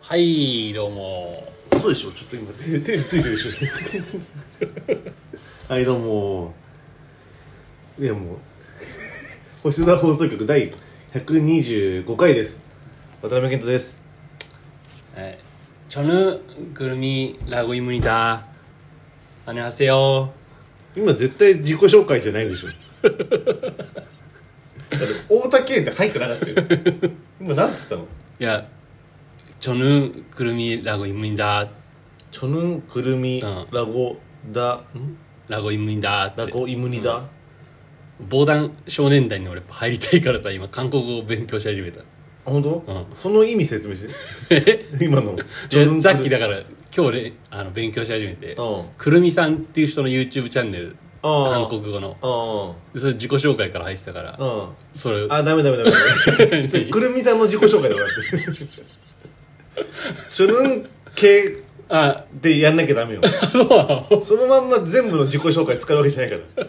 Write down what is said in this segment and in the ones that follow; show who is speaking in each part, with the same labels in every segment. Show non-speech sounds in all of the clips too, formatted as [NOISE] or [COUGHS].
Speaker 1: はいどうも
Speaker 2: そうでしょちょっと今手手についてるでしょ [LAUGHS] はいどうもいやもう星空放送局第125回です渡辺健人です
Speaker 1: 네 저는 구름이라고 입니다 안녕하세요
Speaker 2: 今絶対自己紹介じゃないでしょだって太田健って入ってなかったよ今なんつったの
Speaker 1: 야 저는 구름이라고 입니다
Speaker 2: チョヌンクルミ
Speaker 1: ん
Speaker 2: ラゴダん
Speaker 1: 라고 입니다
Speaker 2: ラゴイムニダ
Speaker 1: 防弾少年団に俺入りたいからか今韓国語を勉強し始めた
Speaker 2: あ本当、
Speaker 1: う
Speaker 2: その意味説明して今のチョヌンクルミ
Speaker 1: さっきだから今日ねあの勉強し始めて
Speaker 2: うん
Speaker 1: くるみさんっていう人の YouTube チャンネル
Speaker 2: あー
Speaker 1: 韓国語の
Speaker 2: あ
Speaker 1: それ自己紹介から入ってたから
Speaker 2: あうん
Speaker 1: それ
Speaker 2: あ、ダメダメダメダ
Speaker 1: [LAUGHS]
Speaker 2: メそれ。くるみさんの自己紹介だから。チョヌン系
Speaker 1: あ
Speaker 2: でやんなきゃダメよ。
Speaker 1: そうなの
Speaker 2: そのまんま全部の自己紹介使うわけじゃないから。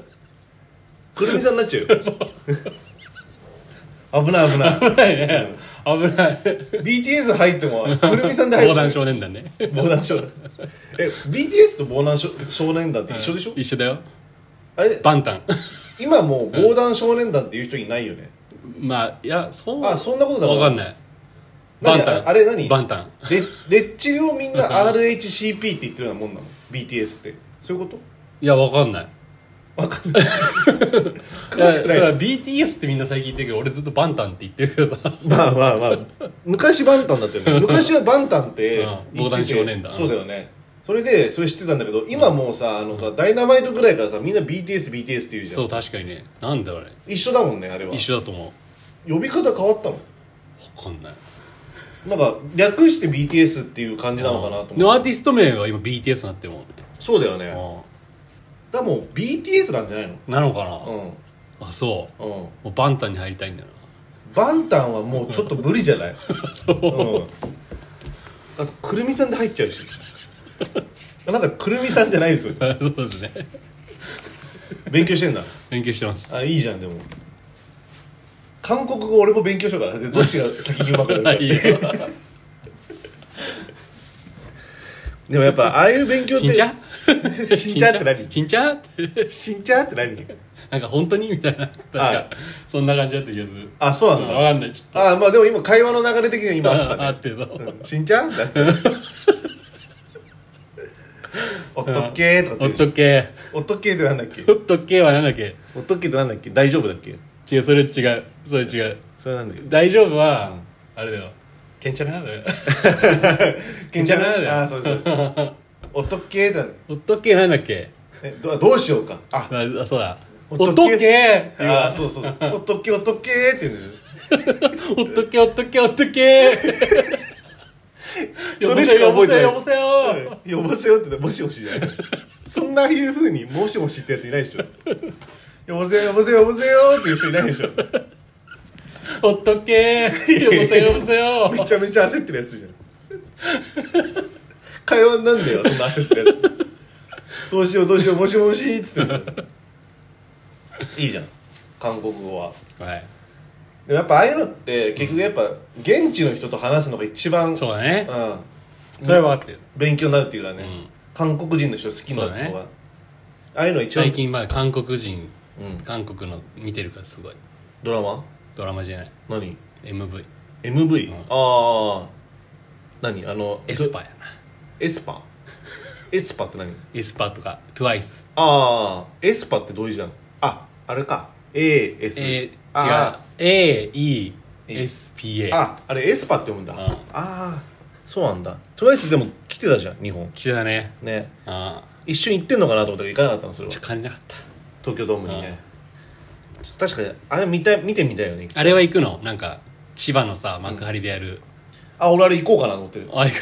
Speaker 2: くるみさんになっちゃう
Speaker 1: [LAUGHS]
Speaker 2: よ。危ない危ない。
Speaker 1: 危ない
Speaker 2: BTS 入っても、くるみさんで入
Speaker 1: 防
Speaker 2: る。
Speaker 1: 弾少年団 [LAUGHS] ね
Speaker 2: 防弾少年。え、BTS と防弾少少年団って一緒でしょ、
Speaker 1: 一緒だよ
Speaker 2: あれ、
Speaker 1: バンタン
Speaker 2: 今もう防弾少年団っていう人いないよね。
Speaker 1: まあいやそう
Speaker 2: あ、そんなことだ
Speaker 1: わかんないバ
Speaker 2: 何
Speaker 1: ンタン
Speaker 2: あれ何
Speaker 1: バンタン
Speaker 2: レレッチリをみんな RHCP って言ってるようなもんなの BTS ってそういうこと
Speaker 1: いやわかんない
Speaker 2: わか
Speaker 1: [LAUGHS]
Speaker 2: んない
Speaker 1: いや
Speaker 2: 詳し
Speaker 1: そ
Speaker 2: く
Speaker 1: れ
Speaker 2: ない
Speaker 1: は BTS ってみんな最近言ってるけど俺ずっとバンタンって言ってるけどさ
Speaker 2: まあまあまあ昔バンタンだったよね昔はバンタンって
Speaker 1: うん
Speaker 2: 言ってて
Speaker 1: 防弾少年団
Speaker 2: そうだよねそれでそれ知ってたんだけど今もうさあのさダイナマイトぐらいからさみんな BTSBTS って言うじゃ
Speaker 1: そ
Speaker 2: ん
Speaker 1: う確かにねなんだろうね
Speaker 2: 一緒だもんねあれは
Speaker 1: 一緒だと思うわ
Speaker 2: 呼び方変わったの
Speaker 1: かんない
Speaker 2: なんか略して BTS っていう感じなのかなと
Speaker 1: でも
Speaker 2: 思
Speaker 1: ア
Speaker 2: っ
Speaker 1: ー
Speaker 2: て
Speaker 1: ティスト名は今 BTS になってるもんね
Speaker 2: そうだよね
Speaker 1: あ
Speaker 2: だからもう BTS なんじゃないの
Speaker 1: あなのかな、
Speaker 2: う
Speaker 1: あそう、
Speaker 2: んうん
Speaker 1: もうバンタンに入りたいんだよ
Speaker 2: バンタンはもうちょっと無理じゃない
Speaker 1: な [LAUGHS] そう
Speaker 2: うんあとくるみさんで入っちゃうし [LAUGHS] なんかくるみさんじゃないですよ
Speaker 1: [LAUGHS] そうですね
Speaker 2: 勉強してんだ
Speaker 1: 勉強してます
Speaker 2: あいいじゃんでも韓国語俺も勉強しようかなでどっちが先にうまく
Speaker 1: [LAUGHS]
Speaker 2: な
Speaker 1: は
Speaker 2: るか
Speaker 1: い
Speaker 2: [LAUGHS]
Speaker 1: いよ
Speaker 2: でもやっぱああいう勉
Speaker 1: [LAUGHS]
Speaker 2: 強って
Speaker 1: ちんちゃ
Speaker 2: [LAUGHS] しんちゃって何
Speaker 1: ちんちゃって
Speaker 2: しんちゃって何
Speaker 1: なんか本当にみたいな確か、
Speaker 2: はい
Speaker 1: そんな感じだった気がする
Speaker 2: あそう
Speaker 1: 分
Speaker 2: なんだ
Speaker 1: かんないちょっと
Speaker 2: あまあでも今会話の流れ的には今あったね
Speaker 1: あってそう
Speaker 2: うんしんちゃん
Speaker 1: [LAUGHS]
Speaker 2: だっておっとっけーとか
Speaker 1: お
Speaker 2: っ
Speaker 1: って
Speaker 2: 言
Speaker 1: と
Speaker 2: う
Speaker 1: け
Speaker 2: おっとっけーってなんだっけ
Speaker 1: おっとけはなんだっけ
Speaker 2: おっとっけーってなんだっけ大丈夫だっけ
Speaker 1: 違うそれ違うそれ違う
Speaker 2: それなんだっけ
Speaker 1: 大丈夫は、あれだよけんちゃらなだよ
Speaker 2: けん
Speaker 1: ち
Speaker 2: ち
Speaker 1: ゃ
Speaker 2: ゃ
Speaker 1: んなんだよ
Speaker 2: らあそ
Speaker 1: [LAUGHS]
Speaker 2: うそうおっとっけーだね
Speaker 1: おっとけなんだっけ
Speaker 2: えどどうしようかあ
Speaker 1: ああそうだお
Speaker 2: お
Speaker 1: っと
Speaker 2: っと
Speaker 1: け
Speaker 2: け
Speaker 1: って言う
Speaker 2: あ
Speaker 1: わ
Speaker 2: そうそうそうおっとっけーおっとっけーって言うのよ
Speaker 1: おっとけおっとけおっとけ
Speaker 2: それしか覚えてな
Speaker 1: [LAUGHS]
Speaker 2: い
Speaker 1: 呼ぼせよ呼ぼせよ
Speaker 2: うん呼ばせようって言ったらもしもしじゃないそんないうふうにもしもしってやついないでしょ呼ばせよ呼ばせよ呼ばせよっていう人いないでしょ
Speaker 1: おっとけ呼ぼせよ呼ぼせよ
Speaker 2: めちゃめちゃ焦ってるやつじゃん会話になんだよそんな焦ってるやつどうしようどうしようもしもしっつってんじゃんいいじゃん韓国語は
Speaker 1: はい
Speaker 2: でもやっぱああいうのって結局やっぱ現地の人と話すのが一番
Speaker 1: そうだね
Speaker 2: うん、
Speaker 1: それは分かってる
Speaker 2: 勉強になるっていうかね、
Speaker 1: ん
Speaker 2: 韓国人の人好きになるっていうの
Speaker 1: そう
Speaker 2: が、ああいうの一
Speaker 1: 最
Speaker 2: 番
Speaker 1: 近まあ韓国人、
Speaker 2: うん
Speaker 1: 韓国の見てるからすごい
Speaker 2: ドラマ
Speaker 1: ドラマじゃない
Speaker 2: 何
Speaker 1: MV
Speaker 2: MV、
Speaker 1: うん
Speaker 2: ああ何あの
Speaker 1: エスパーやな
Speaker 2: エスパエスパって何
Speaker 1: エスパーとか TWICE
Speaker 2: ああエスパってどういうじゃんああれか AS
Speaker 1: えー、違う
Speaker 2: あ
Speaker 1: AESPA
Speaker 2: ーああれエスパって読むんだ
Speaker 1: ん
Speaker 2: ああそうなんだとりあえずでも来てたじゃん日本
Speaker 1: 来てたね
Speaker 2: ね
Speaker 1: あ
Speaker 2: 一瞬行ってんのかなと思ったけど行かなかったのそれは
Speaker 1: ちょっと金なかった
Speaker 2: 東京ドームにねちょっと確かにあれ見たい見てみたいよね
Speaker 1: あれは行くのなんか千葉のさ幕張でやる、
Speaker 2: あ俺あれ行こうかなと思ってる
Speaker 1: あ行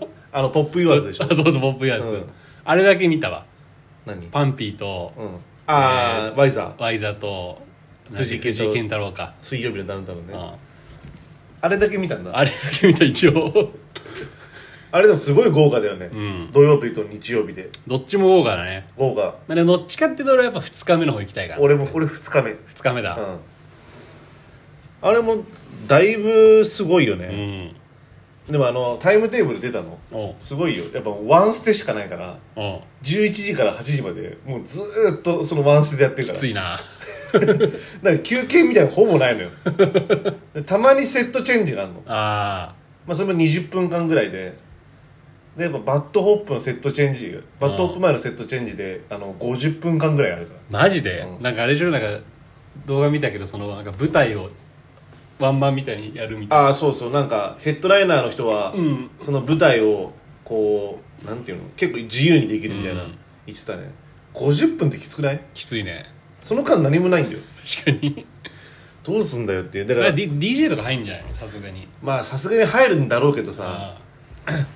Speaker 1: く
Speaker 2: あのポップ言わずでしょ
Speaker 1: あ [LAUGHS] そうそうポップやつ、
Speaker 2: うん
Speaker 1: あれだけ見たわ
Speaker 2: 何
Speaker 1: パンピーと、
Speaker 2: うんああワイザー
Speaker 1: ワイザとなんだっけ
Speaker 2: 藤井健太
Speaker 1: 藤健太
Speaker 2: 郎
Speaker 1: 郎か、
Speaker 2: 水曜日のダウンタウン
Speaker 1: う
Speaker 2: ね
Speaker 1: ん
Speaker 2: あれだけ見たんだ
Speaker 1: あれだけ見た一応
Speaker 2: あれでもすごい豪華だよね
Speaker 1: ん
Speaker 2: 土曜日と日曜日で
Speaker 1: どっちも豪華だね
Speaker 2: 豪華
Speaker 1: まあ、でもどっちかっていうと俺はやっぱ2日目の方行きたいから
Speaker 2: 俺も俺2日目うん
Speaker 1: 2日目だ
Speaker 2: あれもだいぶすごいよ
Speaker 1: う
Speaker 2: ね
Speaker 1: ん
Speaker 2: でもあのタイムテーブル出たの
Speaker 1: おう
Speaker 2: すごいよやっぱワンステしかないから
Speaker 1: おう
Speaker 2: 11時から8時までもうずーっとそのワンステでやってるから
Speaker 1: ついな
Speaker 2: なんか休憩みたいなのほぼないのよ [LAUGHS] でたまにセットチェンジがあるの、
Speaker 1: あ
Speaker 2: まあ、それも20分間ぐらいででやっぱバットホップのセットチェンジバットホップ前のセットチェンジであの50分間ぐらいあるから
Speaker 1: ーマジで、
Speaker 2: うん
Speaker 1: なんかあれでしょなんか動画見たけどそのなんか舞台をワンマンみたいにやるみたい
Speaker 2: ああそうそうなんかヘッドライナーの人は、
Speaker 1: ん
Speaker 2: その舞台をこうなんていうの結構自由にできるみたいな、
Speaker 1: うん
Speaker 2: 言ってたね50分ってきつくない
Speaker 1: きついね
Speaker 2: その間何もないんだよ
Speaker 1: 確かに
Speaker 2: どうすんだよっていうだ
Speaker 1: だ
Speaker 2: か
Speaker 1: から
Speaker 2: ら
Speaker 1: D- DJ とか入んじゃないのさすがに
Speaker 2: まあさすがに入るんだろうけどさ
Speaker 1: あ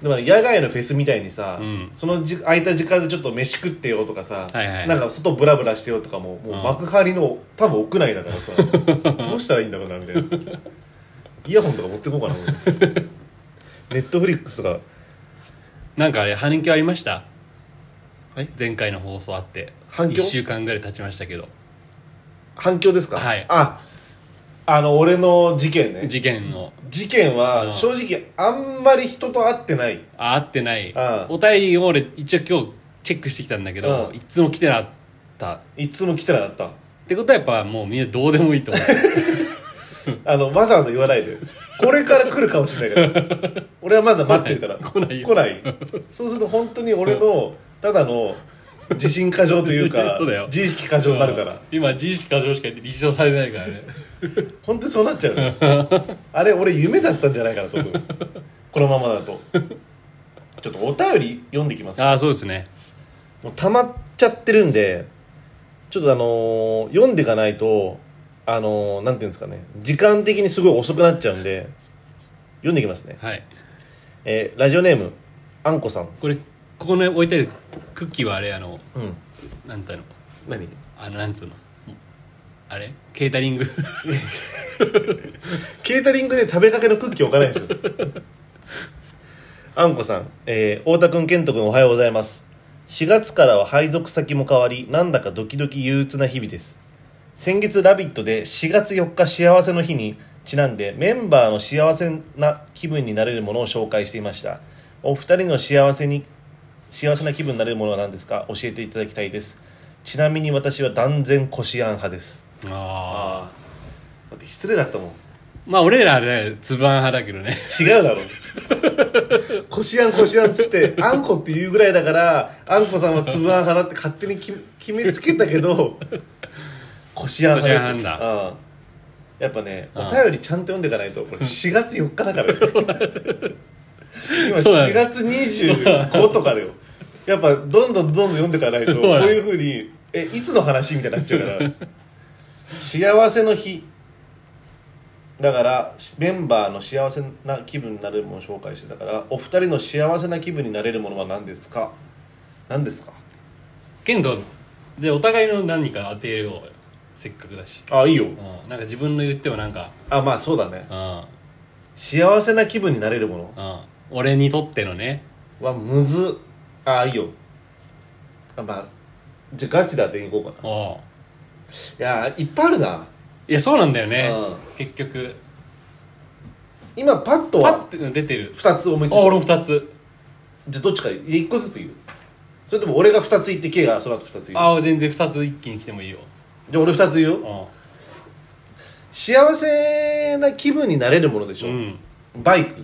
Speaker 2: でも野外のフェスみたいにさ、
Speaker 1: うん
Speaker 2: そのじ空いた時間でちょっと飯食ってよとかさ、
Speaker 1: はいはい
Speaker 2: なんか外ブラブラしてよとかもも
Speaker 1: う
Speaker 2: う
Speaker 1: ん
Speaker 2: 幕張の多分屋内
Speaker 1: [LAUGHS]
Speaker 2: だからさどうしたらいいんだろうなみたいなイヤホンとか持ってこうかな
Speaker 1: [LAUGHS]
Speaker 2: 俺ネットフリックスとか
Speaker 1: ーなんかあれ反響ありました
Speaker 2: はい
Speaker 1: 前回の放送あって
Speaker 2: 反響
Speaker 1: 1週間ぐらい経ちましたけど
Speaker 2: 反響ですか
Speaker 1: はい
Speaker 2: ああの俺の事件ね
Speaker 1: 事件の
Speaker 2: 事件
Speaker 1: うん
Speaker 2: は正直あんまり人と会ってない
Speaker 1: あ合ってない
Speaker 2: ああ
Speaker 1: お便りを俺一応今日チェックしてきたんだけど
Speaker 2: うん
Speaker 1: いつも来てなかったっ
Speaker 2: いつも来てなかった
Speaker 1: てことはやっぱもうみんなどうでもいいと思う
Speaker 2: あのわざわざ言わないでこれから来るかもしれないから俺はまだ待ってるから
Speaker 1: [LAUGHS] 来ないよ
Speaker 2: 来ないそうすると本当に俺のただの自信過剰というか
Speaker 1: [LAUGHS] そうだよ
Speaker 2: 自意識過剰に [LAUGHS] なるから
Speaker 1: 今自意識過剰しか立証されないからね
Speaker 2: 本当にそうなっちゃうねあれ俺夢だったんじゃないかなと思うこのままだ
Speaker 1: [LAUGHS]
Speaker 2: とちょっとお便り読んできます
Speaker 1: ああそうですね
Speaker 2: もう溜まっちゃってるんでちょっとあのー読んでいかないとあのーなんていうんですかね時間的にすごい遅くなっちゃうんで読んでいきますね、
Speaker 1: はい
Speaker 2: えーラジオネームあんこさん
Speaker 1: これここの置いてあるクッキーはあれあの
Speaker 2: うん
Speaker 1: なんていうの
Speaker 2: 何
Speaker 1: あのなんつうのあれケータリング
Speaker 2: ケータリングで食べかけのクッキー置かないでし [LAUGHS] ょあんこさん、えー、太田君健人君おはようございます4月からは配属先も変わりなんだかドキドキ憂鬱な日々です先月「ラビット!」で4月4日幸せの日にちなんでメンバーの幸せな気分になれるものを紹介していましたお二人の幸せに幸せな気分になれるものは何ですか教えていただきたいですちなみに私は断然こしあん派です
Speaker 1: ああ
Speaker 2: ああだって失礼だったもん
Speaker 1: [LAUGHS] まあ俺らねつぶあん派だけどね [LAUGHS]
Speaker 2: 違うだろ [LAUGHS] こしあんこしあんっつってあんこって言うぐらいだからあんこさんはつぶあん派だって勝手にき決めつけたけどこしあん派で
Speaker 1: こし
Speaker 2: す
Speaker 1: あん
Speaker 2: うん、やっぱね
Speaker 1: うん
Speaker 2: お便りちゃんと読んでいかないとこれ4月4日だから
Speaker 1: [LAUGHS]
Speaker 2: ね今
Speaker 1: そうだね
Speaker 2: 4月25とかだよやっぱどんどんどんどん読んでいかないと
Speaker 1: そ
Speaker 2: こ
Speaker 1: う
Speaker 2: う
Speaker 1: だね
Speaker 2: いうふうにえいつの話みたいになっちゃうから幸せの日だからしメンバーの幸せな気分になれるものを紹介してたからお二人の幸せな気分になれるものは何ですか何ですか
Speaker 1: 剣道でお互いの何か当てようよせっかくだし
Speaker 2: あいいよ
Speaker 1: うんなんか自分の言ってもなんか
Speaker 2: あまあそうだね
Speaker 1: うん
Speaker 2: 幸せな気分になれるもの
Speaker 1: うん俺にとってのね
Speaker 2: はむずあいいよあまあじゃあガチで当てに行こうかな
Speaker 1: おう
Speaker 2: いやーいっぱいあるない
Speaker 1: やそうなんだよね
Speaker 2: う
Speaker 1: 結局
Speaker 2: 今パッと
Speaker 1: パッ
Speaker 2: は
Speaker 1: て出てる
Speaker 2: 2つ思いつい
Speaker 1: あ俺
Speaker 2: た
Speaker 1: も2つ
Speaker 2: じゃあどっちか1個ずつ言うそれとも俺が2つ言って K がその後2つ言う
Speaker 1: あ全然2つ一気に来てもいいよ
Speaker 2: じゃあ俺2つ言うよ
Speaker 1: う
Speaker 2: 幸せな気分になれるものでしょ、
Speaker 1: んうん
Speaker 2: バイク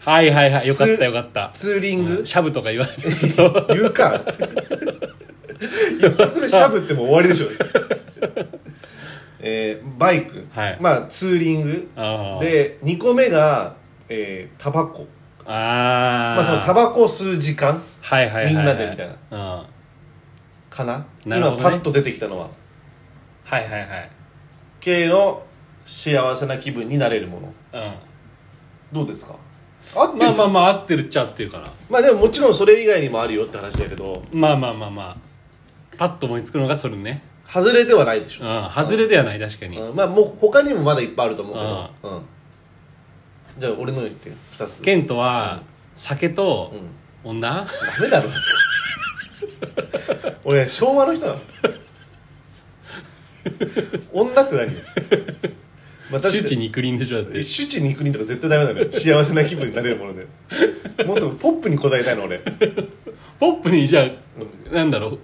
Speaker 1: はいはいはいよかったよかった
Speaker 2: ツーリング、
Speaker 1: シャブとか言われてるけど
Speaker 2: 言うか一発目シャブってもう終わりでしょえーバイク、
Speaker 1: はい
Speaker 2: まあツーリング
Speaker 1: あー
Speaker 2: で2個目が、えータバコ
Speaker 1: あー
Speaker 2: まあそのタバコを吸う時間
Speaker 1: はいはいはいは
Speaker 2: みんなでみたいな
Speaker 1: うんは
Speaker 2: かな
Speaker 1: なるほどね
Speaker 2: 今パッと出てきたのはい
Speaker 1: はいはい
Speaker 2: 系の幸せな気分になれるもの
Speaker 1: う
Speaker 2: どうですかあっ
Speaker 1: ん
Speaker 2: て
Speaker 1: まあ
Speaker 2: る
Speaker 1: ま
Speaker 2: ま
Speaker 1: あ
Speaker 2: あ、
Speaker 1: まあ合ってるっちゃ合ってるかな
Speaker 2: でももちろんそれ以外にもあるよって話だけど
Speaker 1: まあまあまあまあパッと思いつくのがそれね
Speaker 2: 外れではないでし
Speaker 1: う
Speaker 2: ょ、
Speaker 1: ん外れではない確かに
Speaker 2: うんまあもう他にもまだいっぱいあると思うけど、うん、じゃあ俺の言って2つ
Speaker 1: ケントは酒と
Speaker 2: うん
Speaker 1: 女
Speaker 2: ダメだろ [LAUGHS] 俺昭和の人なの女って何まあ
Speaker 1: 周
Speaker 2: 確か
Speaker 1: 知
Speaker 2: に
Speaker 1: 肉林でしょだって
Speaker 2: シュチ肉にとか絶対ダメだね幸せな気分になれるものでもっとポップに答えたいの俺
Speaker 1: ポップにじゃあ、なんだろう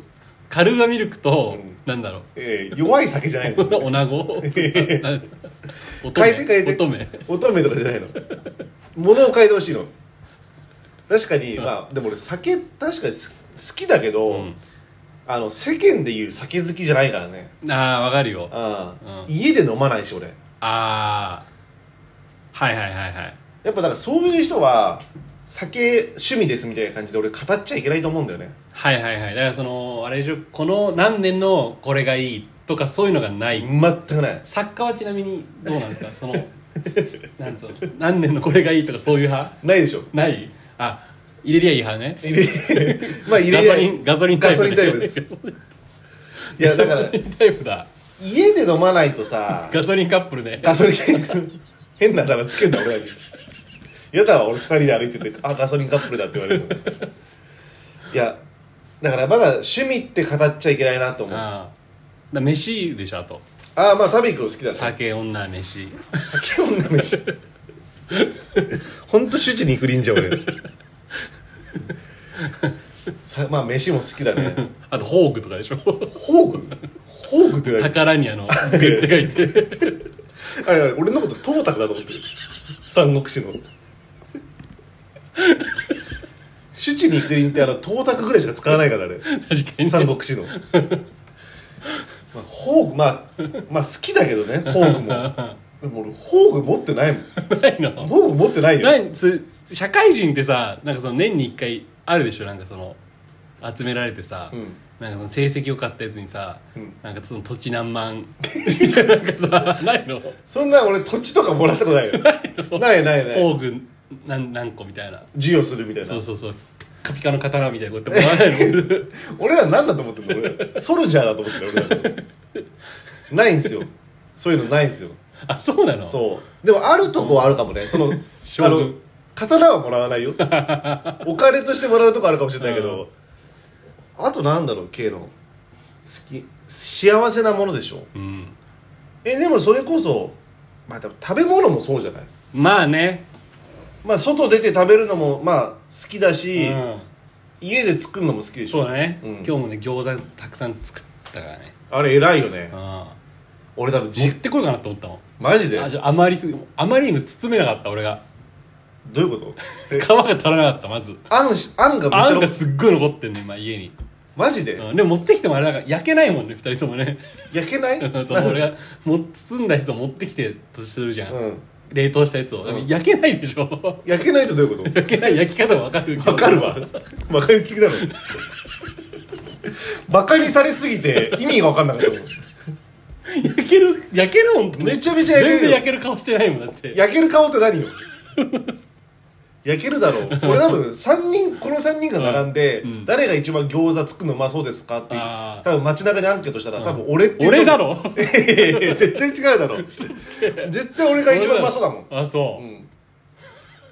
Speaker 1: カルーアミルクと、
Speaker 2: うん
Speaker 1: なんだろう [LAUGHS]
Speaker 2: えー弱い酒じゃないの
Speaker 1: おな
Speaker 2: [LAUGHS]
Speaker 1: ごな乙
Speaker 2: 変えて変えて
Speaker 1: 乙女
Speaker 2: 乙女とかじゃないの物を変えてほしいの確かにまあでも俺酒確かに好好きだけど、
Speaker 1: ん
Speaker 2: あの世間で言う酒好きじゃないからね
Speaker 1: ああわかるよ
Speaker 2: あ
Speaker 1: うん
Speaker 2: 家で飲まないし俺
Speaker 1: ああはいはいはいはい
Speaker 2: やっぱだからそういう人は酒趣味ですみたいな感じで俺語っちゃいけないと思うんだよね
Speaker 1: はいはいはいだからそのあれでしょこの何年のこれがいいとかそういうのがない
Speaker 2: 全くない
Speaker 1: 作家はちなみにどうなん
Speaker 2: [LAUGHS]
Speaker 1: ですかそのなんつうの何年のこれがいいとかそういう派
Speaker 2: ないでしょ
Speaker 1: ないあ入れりゃいい派ね [LAUGHS]
Speaker 2: 入れ [LAUGHS] まあ入
Speaker 1: ガ
Speaker 2: れ
Speaker 1: ソリンガソリンタ
Speaker 2: ガ
Speaker 1: イプ
Speaker 2: ソリンタイプです
Speaker 1: ガ
Speaker 2: いやだから
Speaker 1: ソリンタイプだ
Speaker 2: 家で飲まないとさ
Speaker 1: ガソリンカップルね
Speaker 2: ガソリンタイプ変な皿つけんな俺だけやだわ俺二人で歩いててあガソリンカップルだって言われるのいやだからまだ趣味って語っちゃいけないなと思うあ
Speaker 1: ああだ飯でしょあと
Speaker 2: あーまあ食べ行くの好きだね
Speaker 1: 酒女飯
Speaker 2: 酒女飯ほんと主治肉林じゃん俺さまあ飯も好きだね
Speaker 1: あとホークとか
Speaker 2: [LAUGHS]
Speaker 1: でしょ
Speaker 2: 宝具宝具って何
Speaker 1: 宝にあの「グ」って書いて
Speaker 2: あれあれ俺のことトータクだと思ってる三国志の主治肉林ってあのトータクぐらいしか使わないからあれ
Speaker 1: 確かに
Speaker 2: 三国志の、まあ、宝具まあまあ好きだけどね宝具もでも俺宝具持ってないもん
Speaker 1: ないの
Speaker 2: 宝具持ってないよ
Speaker 1: なんつ社会人ってさなんかその年に1回あるでしょなんかその集められてさ、
Speaker 2: ん
Speaker 1: なんかその成績を買ったやつにさ、
Speaker 2: ん
Speaker 1: なんかその土地何
Speaker 2: [LAUGHS]
Speaker 1: 万なんかさないの
Speaker 2: そんな俺土地とかもらったことないよないないない
Speaker 1: 宝具何何個みたいな
Speaker 2: 授与するみたいな
Speaker 1: そうそうそうピカピカの刀みたいなこうやってもらわないの [LAUGHS]
Speaker 2: 俺ら何だと思ってんの俺らソルジャーだと思ってる俺らないんすよそういうのないんすよ
Speaker 1: あそうなの
Speaker 2: そうでもあるとこはある
Speaker 1: [LAUGHS]
Speaker 2: かもねその
Speaker 1: 将
Speaker 2: あ
Speaker 1: 軍
Speaker 2: の刀はもらわない
Speaker 1: [LAUGHS]
Speaker 2: よお金としてもらうとこあるかもしれないけど、あとなんだろう K の好き幸せなものでしょ
Speaker 1: うん
Speaker 2: えでもそれこそまあでも食べ物もそうじゃない
Speaker 1: まあね、
Speaker 2: まあ外出て食べるのもまあ好きだし、
Speaker 1: うん
Speaker 2: 家で作るのも好きでしょ
Speaker 1: そうだね、
Speaker 2: うん
Speaker 1: 今日もね餃子たくさん作ったからね
Speaker 2: あれ偉いよね
Speaker 1: うん
Speaker 2: 俺多分
Speaker 1: 持っ
Speaker 2: じ
Speaker 1: てこようかなと思ったもん
Speaker 2: マジで
Speaker 1: あじゃあ余りすぎあまりにも包めなかった俺が
Speaker 2: どういうことえ
Speaker 1: 皮が足らなかったまず
Speaker 2: あんしあんがめっち
Speaker 1: あ
Speaker 2: ゃ
Speaker 1: ん
Speaker 2: 残
Speaker 1: が
Speaker 2: っ
Speaker 1: すっごい残ってんね今家に、
Speaker 2: マジで、
Speaker 1: うん、でも持ってきてもあれだから焼けないもんね二人ともね [LAUGHS]
Speaker 2: 焼けない
Speaker 1: その俺がもう包んだやつを持ってきてとするじゃん、
Speaker 2: うん
Speaker 1: 冷凍したやつを、でも焼けないでしょ [LAUGHS]
Speaker 2: 焼けないとどういうこと
Speaker 1: 焼けない焼き方わかるけど
Speaker 2: わかるわバカにしすぎだろバカにされすぎて意味が分かんなかったもん
Speaker 1: 焼ける焼けるもん
Speaker 2: めちゃめちゃ焼ける
Speaker 1: 全然
Speaker 2: よ
Speaker 1: 焼ける顔してないもんだって
Speaker 2: 焼ける顔って何よ焼けるだろう俺多分三人この3人が並んで、誰が一番餃子作るのうまそうですかっていう
Speaker 1: あー
Speaker 2: 多分街中にアンケートしたら、多分俺っていう
Speaker 1: 俺だろ
Speaker 2: いやいやいや [LAUGHS] 絶対違うだろ絶対俺が一番うまそうだもん
Speaker 1: [LAUGHS] あそ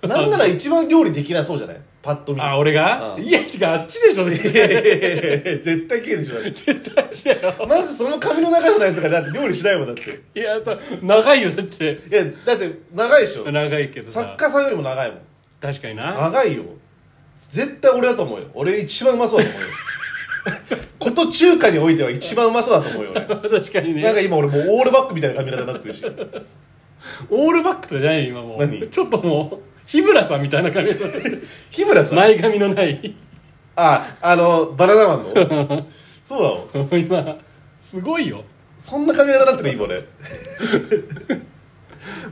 Speaker 1: う、
Speaker 2: なんなら一番料理できなそうじゃないパッと見
Speaker 1: あ俺が、
Speaker 2: うん
Speaker 1: いや違うあっちでしょ絶
Speaker 2: いやい
Speaker 1: 対
Speaker 2: やいやいや [LAUGHS] 絶対消えるでしょだって
Speaker 1: 絶対あっちだよ
Speaker 2: まずその髪の長さのやつがだって料理しないもんだってい
Speaker 1: いやそう長いよだって
Speaker 2: やだって長いでしょ
Speaker 1: 長いけどさ
Speaker 2: 作家さんよりも長いもん
Speaker 1: 確かにな
Speaker 2: 長いよ絶対俺だと思うよ俺一番うまそうだと思うよ [LAUGHS] こと中華においては一番うまそうだと思うよ俺
Speaker 1: [LAUGHS] 確かにね
Speaker 2: なんか今俺もうオールバックみたいな髪型になってるし
Speaker 1: オールバックとかじゃないよ今もう
Speaker 2: 何
Speaker 1: ちょっともう日村さんみたいな
Speaker 2: [LAUGHS]
Speaker 1: 髪型
Speaker 2: 日村さん
Speaker 1: 前髪のない
Speaker 2: ああのバナナマンの
Speaker 1: [LAUGHS]
Speaker 2: そうだろ
Speaker 1: 今すごいよ
Speaker 2: そんな髪型になってる今俺
Speaker 1: [LAUGHS]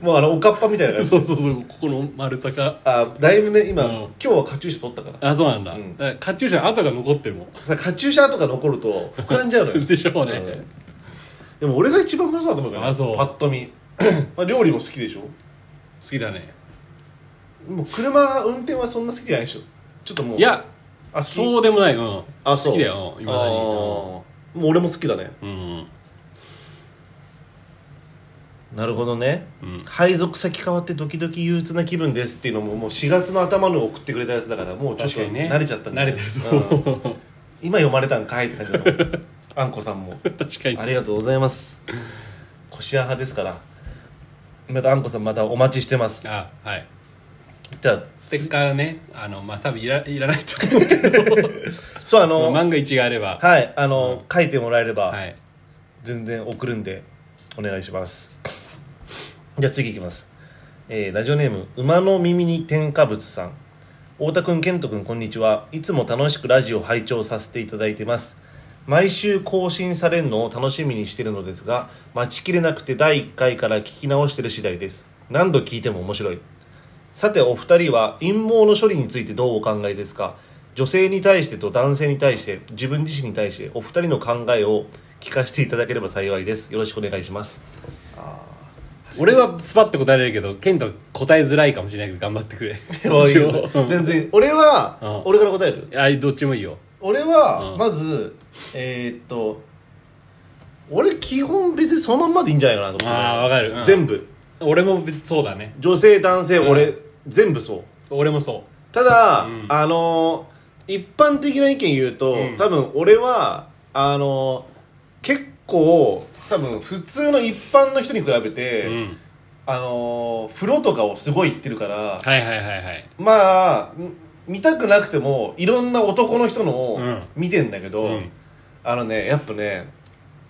Speaker 2: もうあのおかっぱみたいな感じ
Speaker 1: そうそうそうここの丸坂
Speaker 2: あだいぶね今、
Speaker 1: うん
Speaker 2: 今日はカチューシャ取ったから
Speaker 1: あそうなんだ、
Speaker 2: うん
Speaker 1: だからカチューシャの跡が残ってるもん
Speaker 2: さカチューシャとか残ると膨らんじゃうのよ
Speaker 1: [LAUGHS] でしょうね、
Speaker 2: うんでも俺が一番うまそうだと思うから
Speaker 1: あそう
Speaker 2: パッと
Speaker 1: [CLEARS THROAT]
Speaker 2: 見まあ料理も好きでしょ
Speaker 1: 好きだね
Speaker 2: もう車運転はそんな好きじゃないでしょちょっともう
Speaker 1: いや
Speaker 2: あう
Speaker 1: そうでもないうん
Speaker 2: あそう
Speaker 1: 好きだよ今
Speaker 2: あー
Speaker 1: だに
Speaker 2: もう俺も好きだね
Speaker 1: うん
Speaker 2: なるほどね、
Speaker 1: ん
Speaker 2: 配属先変わって時々憂鬱な気分ですっていうのももう4月の頭の送ってくれたやつだからもうちょっ
Speaker 1: 確
Speaker 2: と
Speaker 1: かにね
Speaker 2: 慣れちゃったんだ
Speaker 1: 慣
Speaker 2: よ
Speaker 1: れてるぞ、
Speaker 2: うん
Speaker 1: 確
Speaker 2: 今読まれたんかいって感じだと
Speaker 1: [LAUGHS]
Speaker 2: 思うあんこさんも
Speaker 1: かに
Speaker 2: ありがとうございます。こしあ派ですから。またあんこさんまたお待ちしてます
Speaker 1: あはい
Speaker 2: じゃあ
Speaker 1: ステッカーねあのまあ多分いらいらないと思うけ
Speaker 2: そうあ
Speaker 1: ど
Speaker 2: [LAUGHS] の
Speaker 1: 万が一があれば
Speaker 2: はいあの、書いてもらえれば、
Speaker 1: はい
Speaker 2: 全然送るんでお願いしますじゃあ次いきます、えーラジオネーム馬の耳に添加物さん太田くん健人くんこんにちはいつも楽しくラジオ拝聴させていただいてます毎週更新されるのを楽しみにしているのですが待ちきれなくて第1回から聞き直してる次第です何度聞いても面白いさてお二人は陰謀の処理についてどうお考えですか女性に対してと男性に対して自分自身に対してお二人の考えを聞かせていただければ幸いですよろしくお願い
Speaker 1: [LAUGHS]
Speaker 2: します
Speaker 1: 俺はスパッと答えられるけどケント答えづらいかもしれないけど頑張ってくれ一応うん
Speaker 2: 全然俺は、
Speaker 1: うん
Speaker 2: 俺から答える
Speaker 1: [LAUGHS] あどっちもいいよ
Speaker 2: 俺はまず、えーっと俺基本別にそのまんまでいいんじゃないかなと思ってた
Speaker 1: あーわかるうん
Speaker 2: 全部
Speaker 1: 俺もべそうだね
Speaker 2: 女性男性、
Speaker 1: うん
Speaker 2: 俺全部そう
Speaker 1: 俺もそ
Speaker 2: ただ、
Speaker 1: うん
Speaker 2: あのー一般的な意見言うと、
Speaker 1: うん
Speaker 2: 多分俺はあのー結構多分普通の一般の人に比べて、
Speaker 1: ううん
Speaker 2: あのー風呂とかをすごい行ってるから
Speaker 1: はいはいはいはい
Speaker 2: まあん見たくなくてもいろんな男の人のを
Speaker 1: うん
Speaker 2: 見てんだけど、
Speaker 1: うん
Speaker 2: あのねやっぱね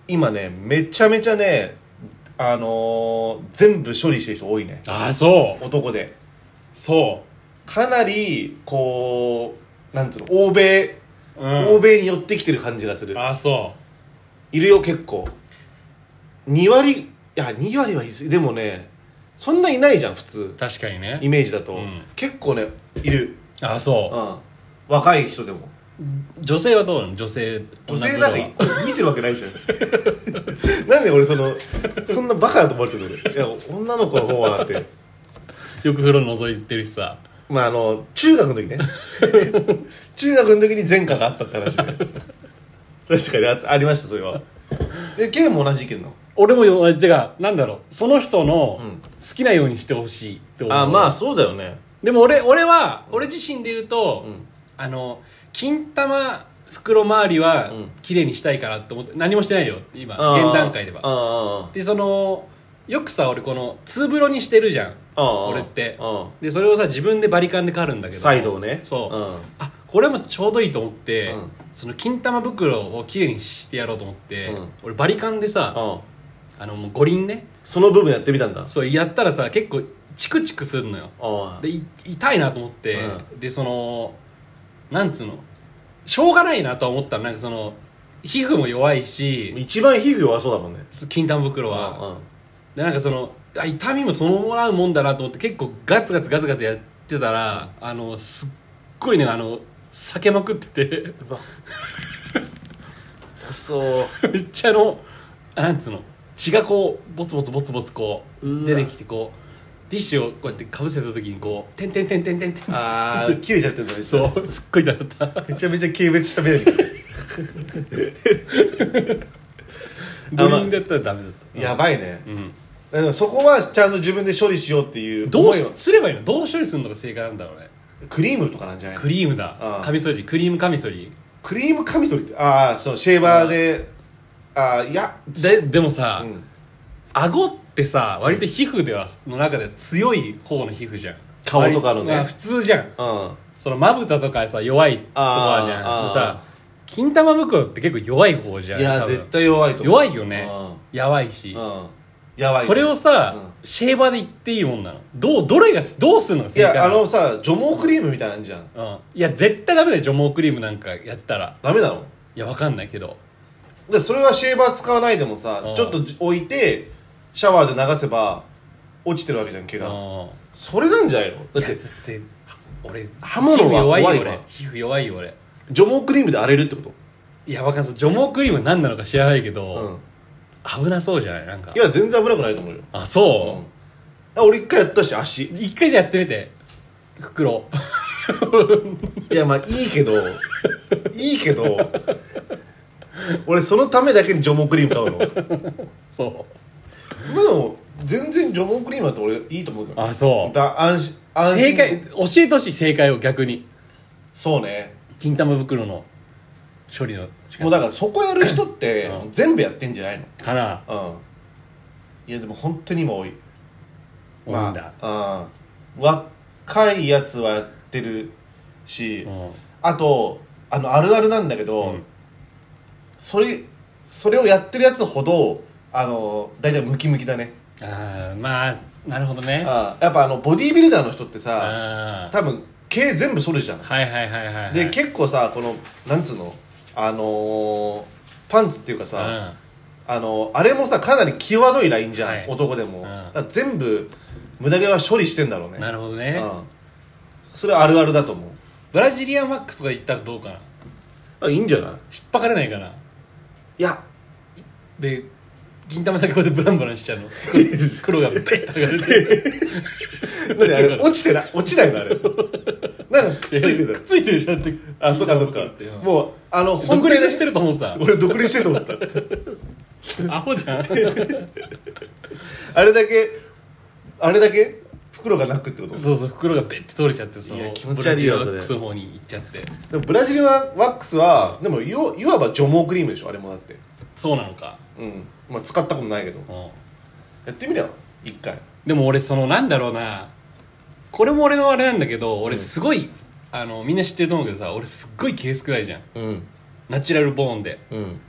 Speaker 2: 今ねめちゃめちゃねあのー全部処理してる人多いね
Speaker 1: ああそう
Speaker 2: 男で
Speaker 1: そ
Speaker 2: かなりこうなんつうの欧米、
Speaker 1: う、うん、
Speaker 2: 欧米に寄ってきてる感じがする
Speaker 1: ああそ
Speaker 2: いるよ結構2割いや2割はいいですでもねそんないないじゃん普通
Speaker 1: う確かにね
Speaker 2: イメージだと、
Speaker 1: うん
Speaker 2: 結構ねいる、、
Speaker 1: ああそううん
Speaker 2: 若い人でも
Speaker 1: 女性はどうなの女性
Speaker 2: 女性なん
Speaker 1: 女の子
Speaker 2: か見てるわけないじゃん [LAUGHS] なんで俺そのそんなバカだと思われてるのいや女の子の方はだって
Speaker 1: はよく風呂覗いてるしさ
Speaker 2: まああの中学の時ね [LAUGHS] 中学の時に前科があったって話で確かにあありましたそれはで K も同じ意見なの
Speaker 1: 俺もよてかなんだろうその人の
Speaker 2: うん
Speaker 1: 好きなようにしてほしいって思う
Speaker 2: あまあそうだよね
Speaker 1: でも俺俺は俺自身で言うと、
Speaker 2: うん
Speaker 1: あの金玉袋周りは
Speaker 2: うん
Speaker 1: 綺麗にしたいからって思って何もしてないよ今
Speaker 2: あー
Speaker 1: 現段階では
Speaker 2: あ
Speaker 1: でそのよくさ俺この通風呂にしてるじゃん
Speaker 2: ああ
Speaker 1: 俺って
Speaker 2: あ
Speaker 1: でそれをさ自分でバリカンで刈るんだけど
Speaker 2: サイドをね
Speaker 1: そう、
Speaker 2: うん
Speaker 1: あこれもちょうどいいと思って、
Speaker 2: うん
Speaker 1: その金玉袋を綺麗にしてやろうと思って、
Speaker 2: うん
Speaker 1: 俺バリカンでさ、
Speaker 2: うん
Speaker 1: あのもう五輪ね
Speaker 2: その部分やってみたんだ
Speaker 1: そうやったらさ結構チクチクするのよ
Speaker 2: ああ
Speaker 1: でい痛いなと思って、
Speaker 2: う
Speaker 1: でそのなんつうのしょうがないなとは思ったのなんかその皮膚も弱いし
Speaker 2: 一番皮膚弱そうだもんね
Speaker 1: 金玉袋は、
Speaker 2: うんうん
Speaker 1: でなんかそのあ痛みも伴うもんだなと思って結構ガツガツガツガツやってたら、あのすっごいねあの避けまくってて [LAUGHS]
Speaker 2: うわ痛そう
Speaker 1: めっちゃあのなんつうの血がこうボツボツボツボツこ
Speaker 2: うわ
Speaker 1: う出てきてこうティッシュをこうやってかぶせた時にこう「てんてんてんてんてんてん」[LAUGHS]
Speaker 2: ああ切れちゃってるんだね
Speaker 1: そうすっごい痛かった
Speaker 2: めちゃめちゃ軽蔑した目で見てる
Speaker 1: 五輪だったらダメだった
Speaker 2: やばいね
Speaker 1: うん
Speaker 2: でもそこはちゃんと自分で処理しようっていう
Speaker 1: どう
Speaker 2: 思い
Speaker 1: し
Speaker 2: は
Speaker 1: すればいいのどう処理するのが正解なんだろうね
Speaker 2: クリームとかなんじゃないの
Speaker 1: クリーム
Speaker 2: あ
Speaker 1: だ
Speaker 2: あ
Speaker 1: カミソリクリームカミソリ
Speaker 2: クリームカミソリってああそのシェーバーでああいや
Speaker 1: ででもさ、
Speaker 2: うん
Speaker 1: 顎ってさ割と皮膚ではの中で強い方の皮膚じゃん
Speaker 2: 顔とかのね
Speaker 1: 割まあ普通じゃん
Speaker 2: うん
Speaker 1: そのまぶたとかさ弱いとこあるじゃん
Speaker 2: あー
Speaker 1: でさ金玉袋って結構弱い方じゃん
Speaker 2: いや
Speaker 1: 多分
Speaker 2: 絶対弱いと思う
Speaker 1: 弱いよねやばいし
Speaker 2: うんうんやばい
Speaker 1: それをさ、
Speaker 2: うん
Speaker 1: シェーバーで言っていいもんなのどうどれがどうするのが
Speaker 2: い
Speaker 1: 正解
Speaker 2: や
Speaker 1: な
Speaker 2: あ
Speaker 1: の
Speaker 2: のさ除毛クリームみたいなんじゃん
Speaker 1: うん、いや絶対ダメだよ除毛クリームなんかやったら
Speaker 2: ダメなの
Speaker 1: いやわかんないけど
Speaker 2: でそれはシェーバー使わないでもさ
Speaker 1: うん
Speaker 2: ちょっと置いてシャワーで流せば落ちてるわけじゃん毛
Speaker 1: うん
Speaker 2: がそれなんじゃないのだっ
Speaker 1: いや
Speaker 2: て
Speaker 1: だって俺
Speaker 2: 刃物は怖いわ
Speaker 1: 皮膚弱いよ俺皮膚弱いよ俺
Speaker 2: 除毛クリームで荒れるってこと
Speaker 1: いやわかんないその除毛クリーム何なのか知らないけど、
Speaker 2: うん
Speaker 1: 危なそうじゃないなんか
Speaker 2: いや全然危なくないと思うよ
Speaker 1: あ
Speaker 2: うん
Speaker 1: そ
Speaker 2: あ俺一回やったし足
Speaker 1: う、一回じゃやってみて袋 [LAUGHS]
Speaker 2: いやまあいいけどいいけど俺そのためだけに除毛クリーム買うので
Speaker 1: そう
Speaker 2: も全然除毛クリームだと俺いいと思うけど
Speaker 1: あそう
Speaker 2: だ安心安心
Speaker 1: 正解教えてほしい正解を逆に
Speaker 2: そうね
Speaker 1: 金玉袋の処理の仕
Speaker 2: もう
Speaker 1: 方
Speaker 2: だからそこやる人って
Speaker 1: うん
Speaker 2: 全部やってんじゃない
Speaker 1: かな
Speaker 2: のうんいやでも本当に今多い
Speaker 1: 多いんだ、
Speaker 2: あ、うん、若いやつはやってるし、
Speaker 1: うん
Speaker 2: あとあのあるあるなんだけど、
Speaker 1: うん
Speaker 2: それそれをやってるやつほどあの大体ムキムキだね
Speaker 1: ああまあなるほどねあ
Speaker 2: あやっぱあのボディービルダーの人ってさ
Speaker 1: あ
Speaker 2: 多分毛全部剃るじゃん
Speaker 1: はいはいはいはいはい
Speaker 2: で結構さこのなんつうのあのーパンツっていうか
Speaker 1: 構
Speaker 2: さ、あのあれもさかなり際どいラインじゃん、
Speaker 1: はい
Speaker 2: 男でも、
Speaker 1: ん
Speaker 2: だから全部無駄毛は処理してんだろうね
Speaker 1: なるほどね、
Speaker 2: うん、それはあるあるだと思う
Speaker 1: ブラジリアンワックスとか行ったらどうかな
Speaker 2: あいいんじゃない
Speaker 1: 引っ張かれないかない [LAUGHS]
Speaker 2: や
Speaker 1: で銀玉だけこうやってブランブランし
Speaker 2: [LAUGHS]
Speaker 1: ちゃうの黒がベッと上がるて
Speaker 2: 何あれ落ちてない落ちないのあれなんかくっついてた
Speaker 1: くっついてるじゃんって
Speaker 2: あそっかそっかもうあの
Speaker 1: 独
Speaker 2: 体
Speaker 1: 立してると思うさ
Speaker 2: 俺独立してると思った
Speaker 1: アホ
Speaker 2: [LAUGHS]
Speaker 1: じゃん
Speaker 2: あれだけあれだけ袋がなくってこと
Speaker 1: そうそう袋がベッて取れちゃってそ
Speaker 2: い
Speaker 1: の
Speaker 2: や気持ち悪いよ
Speaker 1: ブラジルワ
Speaker 2: それ
Speaker 1: ックスの方に行っちゃって
Speaker 2: でもブラジルはワックスはでもいわいわば除毛クリームでしょあれもだって
Speaker 1: そうなのか
Speaker 2: うんまあ使ったことないけど
Speaker 1: うん
Speaker 2: やってみれば一回
Speaker 1: でも俺そのなんだろうなこれも俺のあれなんだけど俺すごい、あのみんな知ってると思うけどさ俺すっごい毛少ないじゃん
Speaker 2: うん
Speaker 1: ナチュラルボーンで
Speaker 2: うん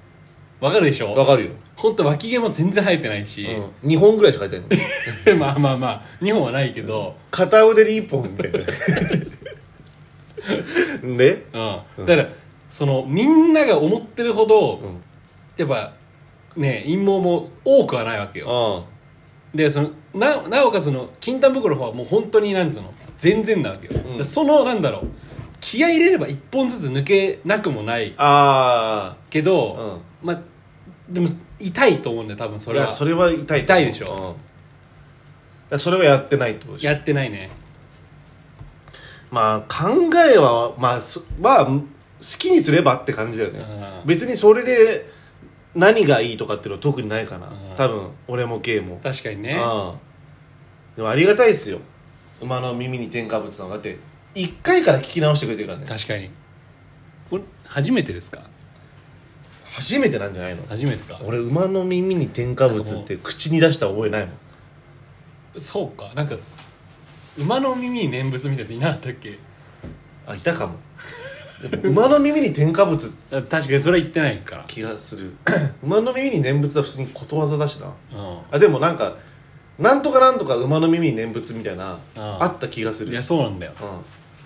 Speaker 1: わかるでしょ
Speaker 2: わかるよ、
Speaker 1: ほんと脇毛も全然生えてないし、
Speaker 2: うん、2本ぐらいしか入ってない
Speaker 1: [LAUGHS]
Speaker 2: の
Speaker 1: まあまあまあ日本はないけど、
Speaker 2: [LAUGHS] 片腕に1本みたいな [LAUGHS] で
Speaker 1: うん、だからそのみんなが思ってるほど、
Speaker 2: ん
Speaker 1: やっぱね陰謀も多くはないわけよ
Speaker 2: あ
Speaker 1: でそのななおかつその金玉袋の方はもう本当になんつうの全然なわけよ、だからそのなんだろう気合い入れれば一本ずつ抜けなくもない
Speaker 2: あ
Speaker 1: けど、まあでも痛いと思うんだよ多分そ
Speaker 2: い
Speaker 1: れ
Speaker 2: や
Speaker 1: は
Speaker 2: それは痛い
Speaker 1: 痛いでしょ
Speaker 2: うんいやそれはやってないってことでしょ
Speaker 1: やってないね
Speaker 2: まあ考えはまあそまあ好きにすればって感じだよね
Speaker 1: う
Speaker 2: 別にそれで何がいいとかっていうのは特にないかな
Speaker 1: うん
Speaker 2: 多分俺もゲイも
Speaker 1: 確かに
Speaker 2: うん
Speaker 1: ね
Speaker 2: でもありがたいですよ馬の耳に添加物なのだって1回から聞き直してくれてるからね
Speaker 1: 確かにこれ初めてですか
Speaker 2: 初めてなんじゃないの
Speaker 1: 初めてか
Speaker 2: 俺馬の耳に添加物って口に出した覚えないもん
Speaker 1: そうかなんか馬の耳に念仏みたいなやついなかったっけ
Speaker 2: あいたかもでも馬の耳に添加物って
Speaker 1: 確かにそれは言ってないか
Speaker 2: 気が
Speaker 1: [COUGHS]
Speaker 2: する馬の耳に念仏は普通にことわざだしな
Speaker 1: ら
Speaker 2: あでもなんかなんとかなんとか馬の耳に念仏みたいなあ
Speaker 1: あ
Speaker 2: った気がす
Speaker 1: うん
Speaker 2: る
Speaker 1: いやそうなんだよ
Speaker 2: うん、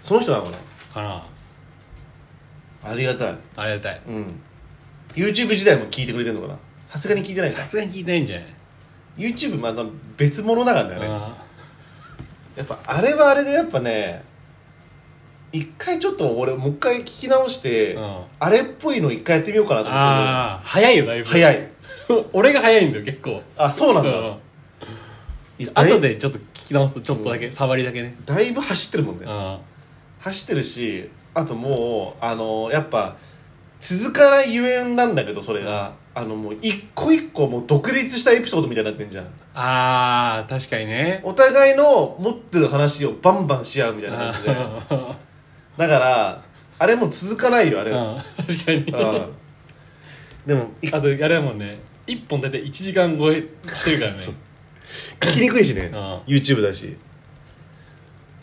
Speaker 2: その人なのか
Speaker 1: かな
Speaker 2: なありがたい
Speaker 1: ありがたい
Speaker 2: うん YouTube 時代も聞いてくれてるのかなさすがに聞いてないか
Speaker 1: さすがに聞いてないんじゃない
Speaker 2: YouTube また別物だからねあれ
Speaker 1: あ
Speaker 2: やっぱあれはあれでやっぱね一回ちょっと俺もう一回聞き直して、
Speaker 1: うん
Speaker 2: あれっぽいの一回やってみようかなと思ってる
Speaker 1: あー早いよだいぶ
Speaker 2: 早
Speaker 1: い
Speaker 2: い
Speaker 1: [LAUGHS] 俺が早いんだよ結構
Speaker 2: あそうなんだ、
Speaker 1: うん
Speaker 2: いやだい
Speaker 1: 後でちょっと聞き直すとちょっとだけ触りだけね
Speaker 2: だいぶ走ってるもんね、
Speaker 1: うん
Speaker 2: 走ってるしあともうあのやっぱ続かないゆえんなんだけどそれが、あのもう一個一個もう独立したエピソードみたいになってんじゃん
Speaker 1: あー確かにね
Speaker 2: お互いの持ってる話をバンバンし合うみたいな感じでだからあれもう続かないよあれ
Speaker 1: う
Speaker 2: は、
Speaker 1: ん確かに
Speaker 2: うんでもい [COUGHS]
Speaker 1: あとあれだもんね1本大体1時間超えしてるからね
Speaker 2: 聞きにくいしね、
Speaker 1: ん
Speaker 2: YouTube だし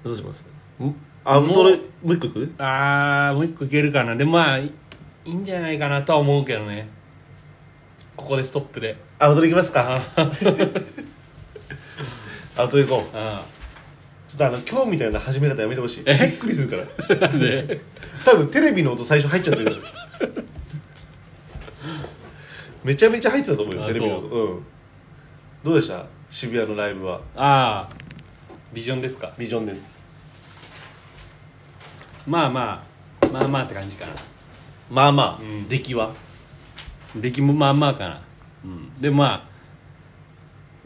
Speaker 2: どうしますんアウトロ
Speaker 1: もう
Speaker 2: もう一個いく
Speaker 1: あーもう一個いけるかなでもまあいいいんじゃないかなとは思うけどねここでストップで
Speaker 2: アウトロいきますかアウトロいこう
Speaker 1: あ
Speaker 2: ちょっとあの今日みたいな始め方やめてほしいびっくりするから
Speaker 1: あ [LAUGHS] なんで
Speaker 2: 多分テレビの音最初入っちゃってるでしょめちゃめちゃ入ってたと思うよ
Speaker 1: あ
Speaker 2: テレビの音うんどうでした渋谷のライブは
Speaker 1: ああビジョンですか
Speaker 2: ビジョンです
Speaker 1: まあまあまあまあって感じかな
Speaker 2: まあまあ、出来は
Speaker 1: 出来もまあまあかなうんでまあ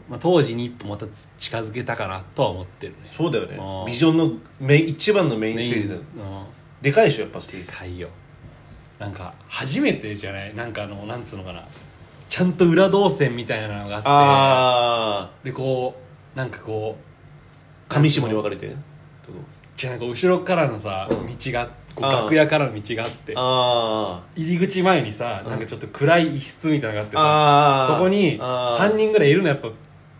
Speaker 1: まあ、当時に一歩またつ近づけたかなとは思ってるね
Speaker 2: そうだよね
Speaker 1: ああ
Speaker 2: ビジョンのメイン一番のメイン
Speaker 1: メ
Speaker 2: ステージだよ
Speaker 1: うん
Speaker 2: でかいでしょやっぱステージ
Speaker 1: 回よなんか初めてじゃないなんかあのなんつうのかなちゃんと裏動線みたいなのがあって
Speaker 2: ああ
Speaker 1: でこうなんかこう
Speaker 2: 上下に分かれて
Speaker 1: じゃなんか後ろからのさ道がこう
Speaker 2: あー
Speaker 1: 楽屋からの道があって
Speaker 2: ああ
Speaker 1: 入り口前にさなんかちょっと暗い一室みたいなのがあってさ
Speaker 2: ああ
Speaker 1: そこに
Speaker 2: ああ
Speaker 1: 3人ぐらいいるのやっぱ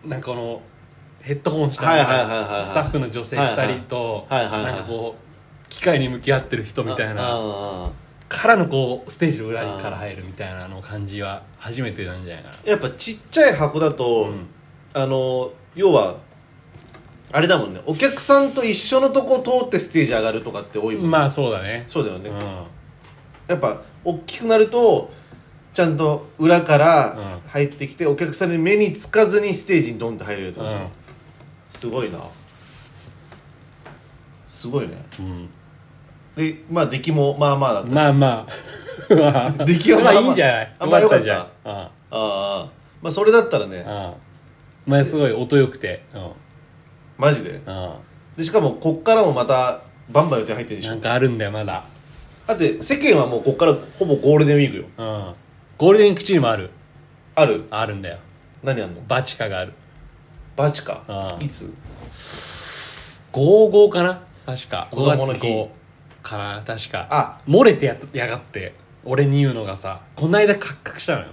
Speaker 1: なんかこのヘッドホンした
Speaker 2: はい
Speaker 1: み
Speaker 2: はい
Speaker 1: た
Speaker 2: はい
Speaker 1: い
Speaker 2: はい
Speaker 1: なスタッフの女性2人と
Speaker 2: はいはいはいはい
Speaker 1: なんかこう機械に向き合ってる人みたいな
Speaker 2: ああ
Speaker 1: からのこうステージの裏から入るみたいなの感じは初めてなんじゃないかな
Speaker 2: やっぱちっちゃい箱だと、あの要はあれだもんねお客さんと一緒のとこ通ってステージ上がるとかって多いもん、
Speaker 1: まあそうだね
Speaker 2: そうだよね、
Speaker 1: うん
Speaker 2: やっぱ大きくなるとちゃんと裏から入ってきて、お客さんに目につかずにステージにドンって入れるって
Speaker 1: う
Speaker 2: ことでしょ
Speaker 1: ん
Speaker 2: すごいなすごいね
Speaker 1: うん
Speaker 2: でまあ出来もまあまあだった、
Speaker 1: まあまあ
Speaker 2: [LAUGHS] 出来はま
Speaker 1: ま
Speaker 2: あ
Speaker 1: あ
Speaker 2: まあ
Speaker 1: いいんじゃない
Speaker 2: あまあよかった
Speaker 1: じゃんうん
Speaker 2: ああまあそれだったらね
Speaker 1: うんまあすごい音よくてうん
Speaker 2: マジで
Speaker 1: うん
Speaker 2: でしかもこっからもまたバンバン予定入ってるでし
Speaker 1: な
Speaker 2: ょ
Speaker 1: んかあるんだよまだ
Speaker 2: だって世間はもうこっからほぼゴールデンウィークよ
Speaker 1: うんゴールデンウィーク中もある
Speaker 2: ある
Speaker 1: あるんだよ
Speaker 2: 何あんの
Speaker 1: バチカがある
Speaker 2: バチか
Speaker 1: ああ
Speaker 2: いつ
Speaker 1: 55かな確か
Speaker 2: 子供の日
Speaker 1: 5かな確か
Speaker 2: あ
Speaker 1: 漏れてややがって俺に言うのがさこないだカクカクしたのよ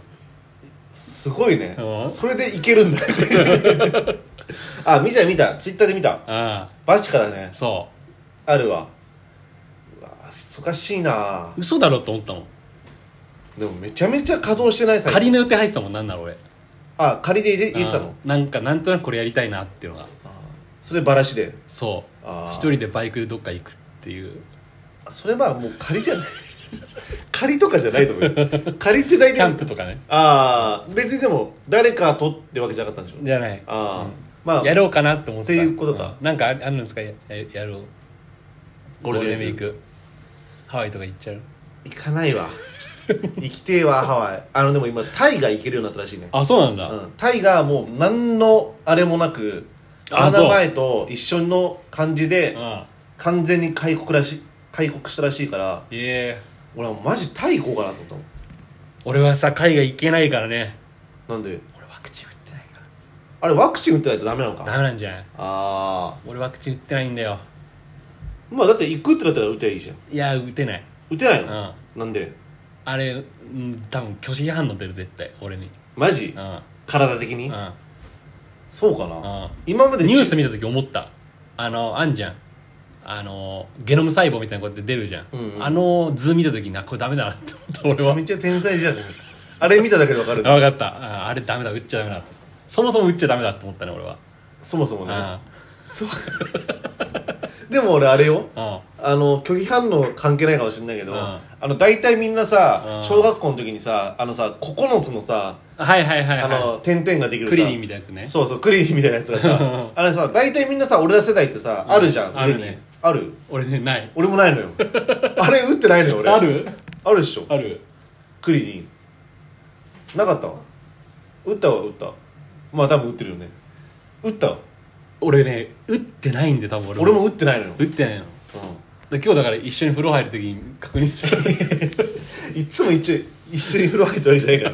Speaker 2: すごいね
Speaker 1: うん
Speaker 2: それでいけるんだ
Speaker 1: [LAUGHS]
Speaker 2: あ見た見たツイッターで見た
Speaker 1: ああ
Speaker 2: バチかだね
Speaker 1: そ
Speaker 2: あるわうわ忙しいな
Speaker 1: う嘘だろと思ったもん
Speaker 2: でもめちゃめちゃ稼働してない最近
Speaker 1: 仮の予定入ってたもんなんなら俺
Speaker 2: あ仮で入れ入れてたの
Speaker 1: うんなんかなんとなくこれやりたいなっていうのが
Speaker 2: それバラしで
Speaker 1: そう
Speaker 2: ああ
Speaker 1: 一人でバイクでどっか行くっていう
Speaker 2: あそれまあもう仮じゃない仮とかじゃないと思うよ仮って大
Speaker 1: キャン
Speaker 2: 体
Speaker 1: プとかね
Speaker 2: ああ別にでも誰かとってわけじゃなかったんでしょ
Speaker 1: じゃない
Speaker 2: ああ、ま
Speaker 1: [LAUGHS]
Speaker 2: あ
Speaker 1: やろうかなって思ってた
Speaker 2: っていうことか
Speaker 1: んなんかああるんですかやややろうゴールデンウィークハワイとか行っちゃう
Speaker 2: 行かないわ行きてえわハワイあのでも今タイが行けるようになったらしいね、
Speaker 1: あそうなんだ、
Speaker 2: うん、タイがもう何のあれもなくコロ
Speaker 1: あ
Speaker 2: ナ
Speaker 1: そう
Speaker 2: 前と一緒の感じで
Speaker 1: うん
Speaker 2: 完全に開国らし開国したらしいから
Speaker 1: いえ
Speaker 2: 俺はマジタイ行こうかなと思っ
Speaker 1: 俺はさ海外行けないからね
Speaker 2: たもんなんで
Speaker 1: 俺ワクチン打ってないか
Speaker 2: あれワクチン打ってないとダメなの
Speaker 1: ら
Speaker 2: か
Speaker 1: ダメなんじゃない
Speaker 2: ああ
Speaker 1: 俺ワクチン打ってないんだよ
Speaker 2: まあだって行くってなったら打てばいいじゃん
Speaker 1: いや打てない
Speaker 2: 打てないうの
Speaker 1: ん、
Speaker 2: なんで
Speaker 1: あれ、うん、多分拒否反応出る絶対俺に
Speaker 2: マジ
Speaker 1: うん
Speaker 2: 体的に
Speaker 1: うんうん
Speaker 2: そうかな今まで
Speaker 1: ニュース
Speaker 2: ち
Speaker 1: 見た時思ったあのあんじゃんあのゲノム細胞みたいなこうやって出るじゃん、
Speaker 2: んうん
Speaker 1: あの図見た時にあこれダメだなって思った俺
Speaker 2: めちゃ
Speaker 1: は
Speaker 2: めちゃ天才じゃんあれ見ただけでわかる
Speaker 1: あ分かったああれダメだ打っちゃダメだとそもそも打っちゃダメだと思ったね俺は
Speaker 2: そもそも
Speaker 1: う
Speaker 2: ね
Speaker 1: ん
Speaker 2: でも俺あれよ
Speaker 1: うん
Speaker 2: あの拒否反応関係ないかもしれないけど、
Speaker 1: うん
Speaker 2: あの大体みんなさ、
Speaker 1: うん
Speaker 2: 小学校の時にさあのさ9つのさ
Speaker 1: はいはいはい
Speaker 2: あ
Speaker 1: は
Speaker 2: の点々ができ
Speaker 1: い
Speaker 2: るさ
Speaker 1: クリリンみたいなやつね
Speaker 2: そうそうクリリンみたいなやつがさあれさ大体みんなさ俺ら世代ってさあるじゃん、
Speaker 1: うんあ
Speaker 2: 上
Speaker 1: る
Speaker 2: に
Speaker 1: ね
Speaker 2: ある
Speaker 1: 俺ねない
Speaker 2: 俺
Speaker 1: [LAUGHS]
Speaker 2: もないのよあれ打ってないのよ俺
Speaker 1: ある
Speaker 2: あるでしょ
Speaker 1: ある
Speaker 2: クリリンなかったわ打ったわ打ったまあ多分打ってるよね打ったわ
Speaker 1: 俺ね打ってないんで多分俺
Speaker 2: 俺も打ってないのよ、
Speaker 1: 打ってないの
Speaker 2: う
Speaker 1: で今日だから一緒に風呂入る時に確認する
Speaker 2: ん、いつも一緒一緒に風呂入ったわけじゃない
Speaker 1: [LAUGHS]
Speaker 2: から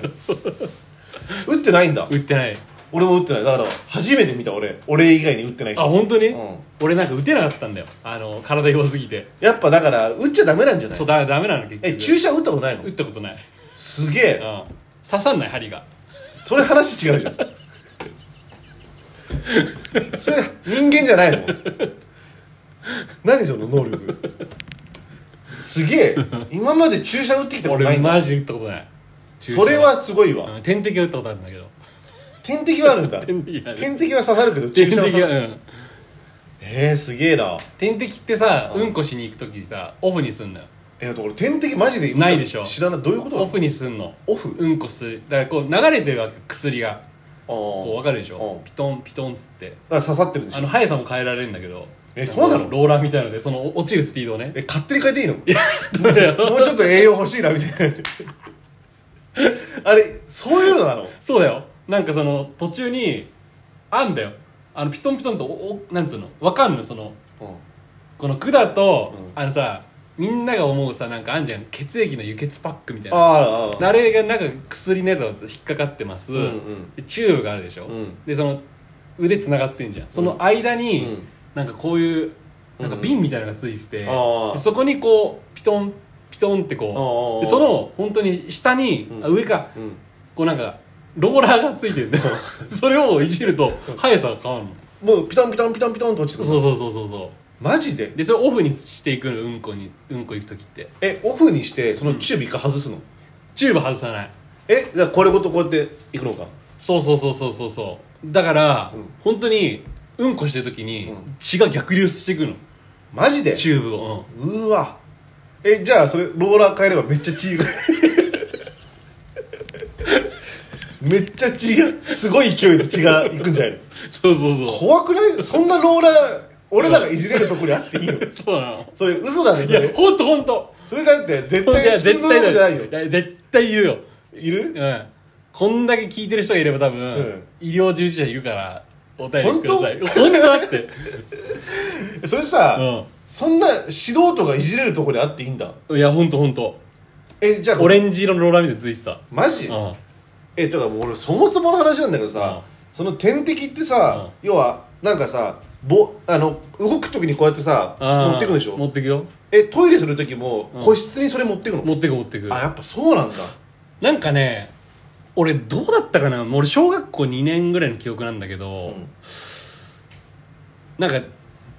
Speaker 2: 打ってないんだ
Speaker 1: 打ってない
Speaker 2: 俺も打ってないだから初めて見た俺俺以外に打ってない
Speaker 1: あ
Speaker 2: 人
Speaker 1: 本当に、
Speaker 2: うん
Speaker 1: 俺なんか打てなかったんだよあの体弱すぎて
Speaker 2: やっぱだから打っちゃダメなんじゃない
Speaker 1: そうだダメなの結局
Speaker 2: え注射打ったことないの
Speaker 1: 打ったことない、
Speaker 2: すげ
Speaker 1: う
Speaker 2: え
Speaker 1: ん、刺さんない針が
Speaker 2: それ話違うじゃんそれ人間じゃないの何その能力すげえ今まで注射打ってきたことな
Speaker 1: 俺
Speaker 2: いんだ
Speaker 1: マジで打ったことない注射
Speaker 2: それはすごいわ、
Speaker 1: うん点滴は打ったことあるんだけど
Speaker 2: 点滴はあるんだ
Speaker 1: 点滴はある
Speaker 2: 点滴は刺さるけど
Speaker 1: 点
Speaker 2: 注射は刺
Speaker 1: 滴
Speaker 2: さ
Speaker 1: は、う
Speaker 2: る
Speaker 1: ん、
Speaker 2: えー、すげえな
Speaker 1: 点滴ってさうんこしに行く時さオフにすんのよ
Speaker 2: えだって俺点滴マジで
Speaker 1: ないでしょ
Speaker 2: 知らないどういうことな
Speaker 1: オ
Speaker 2: の
Speaker 1: フにすんの
Speaker 2: オフ
Speaker 1: うんこするだからこう流れてるわけ薬が
Speaker 2: こ
Speaker 1: こう分かるでし
Speaker 2: う
Speaker 1: ょ
Speaker 2: ん
Speaker 1: ピトンピトンっつって
Speaker 2: だから刺さってるんでし
Speaker 1: あ
Speaker 2: ょ
Speaker 1: の速さも変えられるんだけど
Speaker 2: えそうなの
Speaker 1: ローラーみたいのでその落ちるスピードをね
Speaker 2: え勝手に変えていいのもうちょっと栄養欲しいなみたいなあれそういうの
Speaker 1: [LAUGHS]
Speaker 2: なの
Speaker 1: そうだよなんかその途中にあんだよあのピトンピトンとおおなんつうのわかんのそのこの管と、あのさみんなが思うさなんかあんじゃん血液の輸血パックみたいな
Speaker 2: あーあー
Speaker 1: あれがなんか薬のやつが引っかかってます、
Speaker 2: んうん
Speaker 1: でチューブがあるでしょ、
Speaker 2: ん
Speaker 1: でその腕つながってんじゃんその間に、
Speaker 2: うん
Speaker 1: なんかこういうなんか瓶みたいなのがついてて、
Speaker 2: あー
Speaker 1: でそこにこうピトンピトンって
Speaker 2: あー
Speaker 1: こうでその本当に下に、あ上か、
Speaker 2: うん
Speaker 1: こうなんかローラーがついてるんだよそれをいじると速さが変わるの
Speaker 2: もうピタンピタンピタンピタンと落ちてくる
Speaker 1: そうそうそうそうそ
Speaker 2: マジで
Speaker 1: うでそれオフにしていくのうんこにうんこ行く時って
Speaker 2: えオフにしてそのチューブ一回外すの、
Speaker 1: チューブ外さない
Speaker 2: えじゃあこれごとこうやっていくのか
Speaker 1: そうそうそうそうそうそうだから、本当にうんこしてる時に血が逆流していくの
Speaker 2: マジで
Speaker 1: チューブを、うん
Speaker 2: うわえじゃあそれローラー変えればめっちゃ血が [LAUGHS] めっちゃ血がすごい勢いで血がいくんじゃないの
Speaker 1: そうそうそう
Speaker 2: 怖くないそんなローラー俺らがいじれるとこにあっていいの
Speaker 1: そうなの
Speaker 2: それ嘘だね
Speaker 1: い
Speaker 2: そ
Speaker 1: や
Speaker 2: れ
Speaker 1: ほんとほんと
Speaker 2: それだって絶
Speaker 1: ほんといや
Speaker 2: 対普通
Speaker 1: 絶
Speaker 2: の
Speaker 1: 対
Speaker 2: ローラーじゃないよ
Speaker 1: いや絶対いるよ
Speaker 2: いる
Speaker 1: うんこんだけ聞いてる人がいれば多分、
Speaker 2: うん
Speaker 1: 医療従事者いるからお便りください
Speaker 2: ほんと
Speaker 1: 本当だ
Speaker 2: [LAUGHS]
Speaker 1: って
Speaker 2: それさ、
Speaker 1: うん
Speaker 2: そんな素人がいじれるとこにあっていいんだ
Speaker 1: いやほんとほんと
Speaker 2: えじゃあ
Speaker 1: オレンジ色のローラーみたいについてた
Speaker 2: マジ、
Speaker 1: うん
Speaker 2: えだからもう俺そもそもの話なんだけどさ、
Speaker 1: うん
Speaker 2: その点滴ってさ、要はなんかさぼあの動く時にこうやってさ
Speaker 1: あー
Speaker 2: 持ってくんでし
Speaker 1: 持
Speaker 2: ょ
Speaker 1: ってくよ
Speaker 2: えトイレする時も個室にそれ持ってくの、
Speaker 1: 持ってく持ってく
Speaker 2: あやっぱそうなんだ
Speaker 1: なんかね俺どうだったかなもう俺小学校2年ぐらいの記憶なんだけど、
Speaker 2: ん
Speaker 1: なんか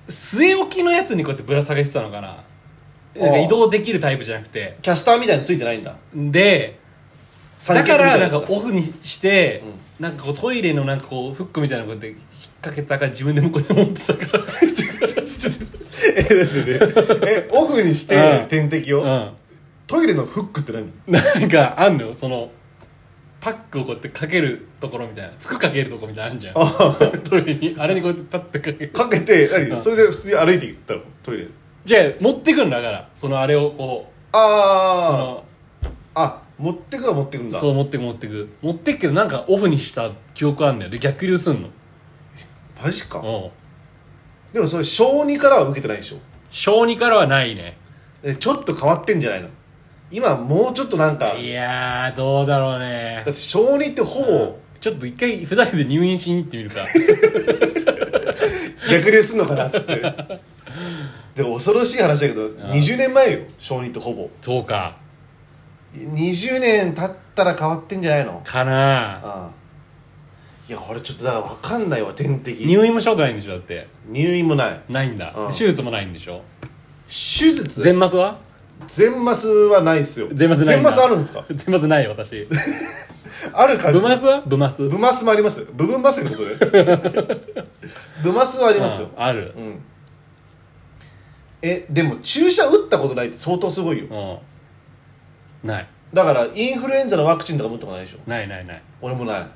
Speaker 1: 据え置きのやつにこうやってぶら下げてたのかななんか移動できるタイプじゃなくて
Speaker 2: キャスターみたいについてないんだ
Speaker 1: でだ
Speaker 2: 三脚
Speaker 1: か
Speaker 2: みた
Speaker 1: ら
Speaker 2: いな
Speaker 1: な
Speaker 2: や
Speaker 1: ん
Speaker 2: つ
Speaker 1: かオフにして、なんかこうトイレのなんかこうフックみたいなのこうやって引っ掛けたから自分で向こうで持ってたから
Speaker 2: [LAUGHS] えオフにし
Speaker 1: う
Speaker 2: て
Speaker 1: ん
Speaker 2: 点滴を、
Speaker 1: うん
Speaker 2: トイレのフックって何
Speaker 1: なんかあんのよそのパックをこうやってかけるところみたいな服かけるとこみたいなのあんじゃんトイレにあれにこうやってパッてかける
Speaker 2: かけて何、それで普通に歩いていったのトイレ
Speaker 1: じゃあ持ってくんだだからそのあれをこうそ
Speaker 2: あ
Speaker 1: の
Speaker 2: ああ持ってくは持ってくんだ
Speaker 1: そう持ってく持ってく持ってくけどなんかオフにした記憶あんだよで逆流すんの
Speaker 2: マジか、
Speaker 1: うん
Speaker 2: でもそれ小2からは受けてないでしょ
Speaker 1: 小児からはないね
Speaker 2: えちょっと変わってんじゃないの今もうちょっとなんか
Speaker 1: いやーどうだろうね
Speaker 2: だって小2ってほぼ
Speaker 1: ちょっと一回ふざけて入院しに行ってみる [LAUGHS] か
Speaker 2: 逆流すんのかなっつって
Speaker 1: [LAUGHS]
Speaker 2: でも恐ろしい話だけど20年前よ小2ってほぼ
Speaker 1: そうか
Speaker 2: 20年経ったら変わってんじゃないの
Speaker 1: かな
Speaker 2: ああいや俺ちょっとだから分かんないわ点滴
Speaker 1: 入院もしたことないんでしょだって
Speaker 2: 入院もない
Speaker 1: ないんだ
Speaker 2: うん
Speaker 1: 手術もないんでしょ
Speaker 2: 手術
Speaker 1: 全麻酔は
Speaker 2: 全麻酔はないっすよ
Speaker 1: 全麻酔ないんだ
Speaker 2: 麻酔あるんですか
Speaker 1: [LAUGHS] 全麻酔ないよ
Speaker 2: [LAUGHS]
Speaker 1: 私
Speaker 2: ある感
Speaker 1: ブ
Speaker 2: じ
Speaker 1: マスはブマス
Speaker 2: 部麻酔もありますよ部分麻酔のことで
Speaker 1: [LAUGHS]
Speaker 2: 部麻酔はありますよ
Speaker 1: うんある
Speaker 2: うんえでも注射打ったことないって相当すごいよ
Speaker 1: うんない
Speaker 2: だからインフルエンザのワクチンとか持ったことないでしょ
Speaker 1: ないないない
Speaker 2: 俺もない
Speaker 1: うん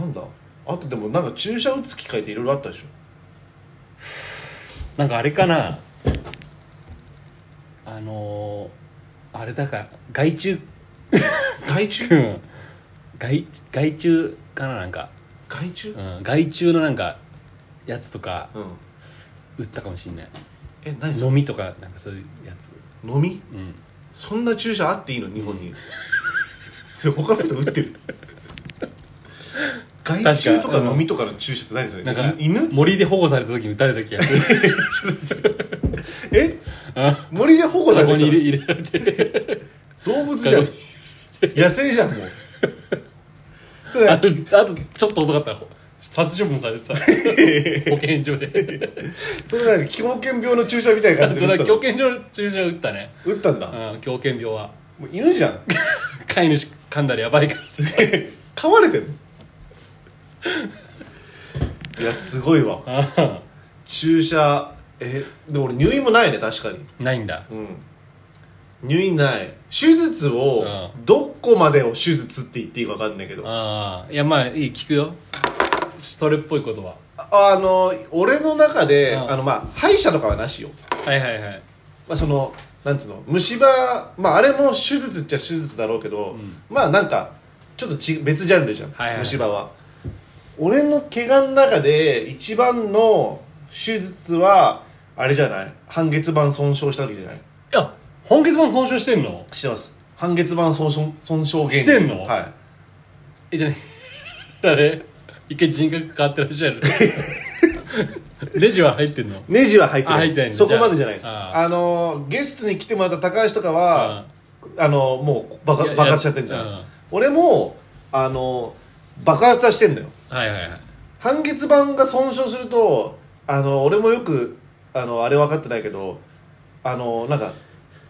Speaker 2: なんだあとでもなんか注射打つ機会っていろいろあったでしょ
Speaker 1: なんかあれかなあのー、あれだから害虫
Speaker 2: 害虫
Speaker 1: うん害害虫かななんか、
Speaker 2: 害虫
Speaker 1: うん、害虫のなんかやつとか
Speaker 2: うん
Speaker 1: 打ったかもしんない
Speaker 2: え何そ
Speaker 1: 飲みとかなんかそういうやつ
Speaker 2: れ飲み
Speaker 1: うん
Speaker 2: そんな注射あっていいの日本にそれ他の人打
Speaker 1: [LAUGHS]
Speaker 2: ってる害虫とか飲みとかの注射って何それ
Speaker 1: なんか
Speaker 2: い犬 [LAUGHS]
Speaker 1: 森で保護された時に打たれた気がする
Speaker 2: え
Speaker 1: あ
Speaker 2: 森で保護さ
Speaker 1: カ
Speaker 2: れて
Speaker 1: ゴ
Speaker 2: き
Speaker 1: に
Speaker 2: たの
Speaker 1: 入れ入れられて
Speaker 2: 動物じゃん
Speaker 1: カ
Speaker 2: [LAUGHS] 野生じゃんもうそれ
Speaker 1: あとあとちょっと遅かったら殺処分されてた
Speaker 2: [LAUGHS]
Speaker 1: 保健所で
Speaker 2: それなんか狂犬病の注射みたいな
Speaker 1: あ
Speaker 2: 感
Speaker 1: と
Speaker 2: じ
Speaker 1: それ
Speaker 2: で打っ
Speaker 1: は狂
Speaker 2: たの
Speaker 1: 犬所の注射打ったね
Speaker 2: 打ったんだも
Speaker 1: うん狂犬病は
Speaker 2: う犬じゃん [LAUGHS]
Speaker 1: 飼い主噛んだらやばいからさ
Speaker 2: 噛まれてんのいやすごいわ注射えでも俺入院もないね確かに
Speaker 1: ないんだ
Speaker 2: うん入院ない手術を
Speaker 1: う
Speaker 2: どこまでを手術って言っていいか分かんないけどあ
Speaker 1: ああいやまあいい聞くよそれっぽいことは
Speaker 2: あの俺の中で
Speaker 1: うん
Speaker 2: あのまあ歯医者とかはなしよ
Speaker 1: はいはいはい
Speaker 2: まあ、そのなんつうの虫歯、まあ、あれも手術っちゃ手術だろうけど、まあなんかちょっとち別ジャンルじゃん、
Speaker 1: はいはいはい
Speaker 2: 虫歯は俺の怪我の中で一番の手術はあれじゃない半月板損傷したわけじゃない
Speaker 1: いや本月板損傷してんの
Speaker 2: してます半月板損傷損傷原因
Speaker 1: してんの
Speaker 2: は
Speaker 1: えじゃね [LAUGHS] あれ一回人格変わってらっしゃる [LAUGHS] レジは入ってんの
Speaker 2: いネジは入ってない
Speaker 1: あ入ってないね
Speaker 2: そこまでじゃないです
Speaker 1: じゃ
Speaker 2: あ
Speaker 1: あ
Speaker 2: のゲストに来てもらった高橋とかは、あのもう爆
Speaker 1: いや
Speaker 2: 爆発しちゃってんじゃん、
Speaker 1: うん
Speaker 2: 俺もあの爆発はしてんのよ
Speaker 1: はいはいはい
Speaker 2: 半月板が損傷するとあの俺もよくあのあれ分かってないけどあのなんか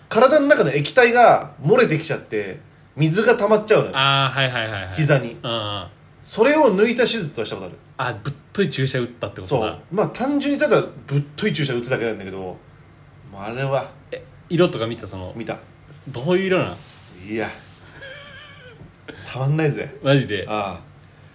Speaker 2: 体の中の液体が漏れてきちゃって水が溜まっちゃうのよ
Speaker 1: ああはいはいはい、はい、
Speaker 2: 膝に
Speaker 1: うんうんあ
Speaker 2: それを抜いた手術はしたことある
Speaker 1: ぶっとい注射打ったってこと
Speaker 2: そ
Speaker 1: だ
Speaker 2: うまあ単純にただぶっとい注射打つだけなんだけどもうあれは
Speaker 1: え色とか見たその
Speaker 2: 見た
Speaker 1: どういう色なん
Speaker 2: いやたまんないぜ
Speaker 1: マジで
Speaker 2: あ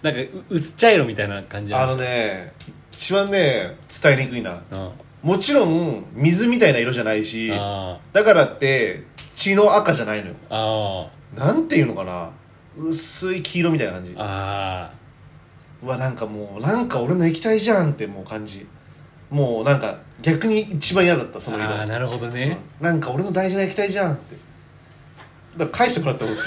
Speaker 1: なんかう薄茶色みたいな感じ
Speaker 2: あ
Speaker 1: な
Speaker 2: あの
Speaker 1: の
Speaker 2: ね一番ね伝えにくいな
Speaker 1: うん
Speaker 2: もちろん水みたいな色じゃないし
Speaker 1: あ
Speaker 2: だからって血の赤じゃないのよ
Speaker 1: ああ
Speaker 2: なんていうのかな薄い黄色みたいな感じ
Speaker 1: ああ
Speaker 2: うわなんかもうなんか俺の液体じゃんってもう感じもうなんか逆に一番嫌だったその色
Speaker 1: ああなるほどね
Speaker 2: なんか俺の大事な液体じゃんってだから返してもらった方がい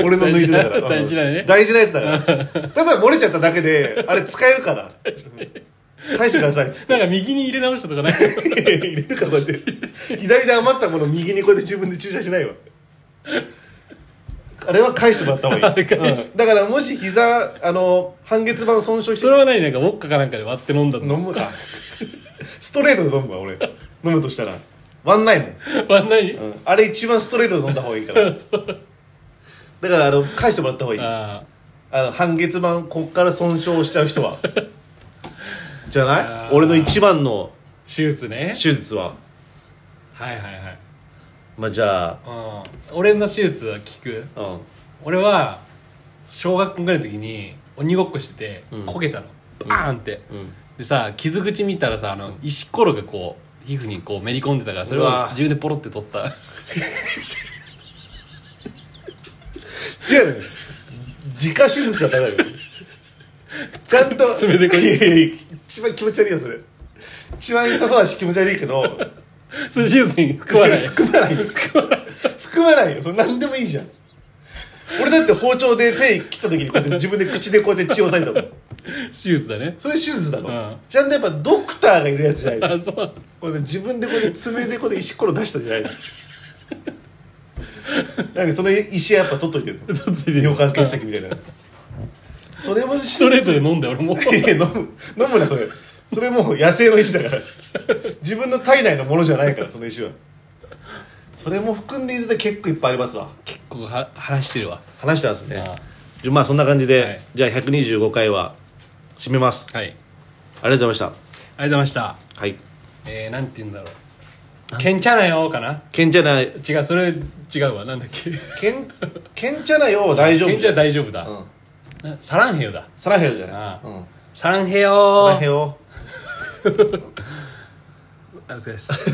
Speaker 2: い俺の抜いてだから
Speaker 1: 大事な
Speaker 2: う
Speaker 1: 大事なね
Speaker 2: ん大事なやつだからただ漏れちゃっただけであれ使えるからうん返してくださいっつって
Speaker 1: なんか右に入れ直したとかない [LAUGHS]
Speaker 2: 入れるかこうやって左で余ったもの右にこうやって自分で注射しないわあれは返してもらった方がいい、うんだからもし膝あの半月板損傷して
Speaker 1: それはないなんかウォッカかなんかで割って飲んだと
Speaker 2: 飲むかストレートで飲むわ俺飲むとしたら割んないもん、
Speaker 1: 割んない
Speaker 2: うんあれ一番ストレートで飲んだ方がいいからだからあの返してもらった方がいいあ
Speaker 1: [LAUGHS] あ
Speaker 2: の半月板こっから損傷しちゃう人はじゃない俺の一番の
Speaker 1: あ手術ね
Speaker 2: 手術は
Speaker 1: はいはいはい
Speaker 2: まあじゃあ
Speaker 1: うん俺の手術は聞く
Speaker 2: うん
Speaker 1: 俺は小学校ぐらいの時に鬼ごっこしてて焦げたの、バーンって、
Speaker 2: ん
Speaker 1: でさ傷口見たらさあの石ころがこう皮膚にこうめり込んでたからそれ
Speaker 2: う
Speaker 1: を
Speaker 2: わ
Speaker 1: 自分でポロって取った [LAUGHS]
Speaker 2: 違うのよ自家手術はダメだよちゃんと
Speaker 1: 爪でこう
Speaker 2: いやいやいや一番気持ち悪いよそれ一番痛そうだし気持ち悪いけど
Speaker 1: それ手術に含
Speaker 2: [LAUGHS]
Speaker 1: まない
Speaker 2: 含まないよ含まないよそれ何でもいいじゃん俺だって包丁で手切った時にこうやって自分で口でこうやって血を押さえたもん
Speaker 1: 手術だね
Speaker 2: それ手術だろ、
Speaker 1: うん
Speaker 2: ちゃんとやっぱドクターがいるやつじゃないの
Speaker 1: あそう
Speaker 2: これで自分でこうやって爪でこうやって石ころ出したじゃないのなんかその石はやっぱ取っといてるの
Speaker 1: 嘘ついてる
Speaker 2: 尿管結石みたいなそれも
Speaker 1: ス
Speaker 2: ス
Speaker 1: トレートで飲んだよ俺
Speaker 2: [LAUGHS]
Speaker 1: も
Speaker 2: 飲む飲むなそれそれもう野生の石だから自分の体内のものじゃないからその石はそれも含んでいただ結構いっぱいありますわ
Speaker 1: 結構は話してるわ
Speaker 2: 話してますね
Speaker 1: ああ
Speaker 2: じゃあまあそんな感じで、
Speaker 1: はい
Speaker 2: じゃあ125回は締めます
Speaker 1: はいあり
Speaker 2: ありがとうございまし
Speaker 1: がとうございました
Speaker 2: たはい
Speaker 1: えー、なんて言うんだろうけんちゃなよかな
Speaker 2: けんちゃない
Speaker 1: 違うそれ違うわなんだっけ
Speaker 2: けんけんちゃなよ大丈夫
Speaker 1: けんちゃ大丈夫だ、
Speaker 2: うん
Speaker 1: なサランヘヨだ
Speaker 2: サラヘヨじゃ
Speaker 1: あ
Speaker 2: な
Speaker 1: あ
Speaker 2: いうん
Speaker 1: サランヘ
Speaker 2: サ
Speaker 1: ヨ
Speaker 2: ラヘヨ
Speaker 1: お疲れです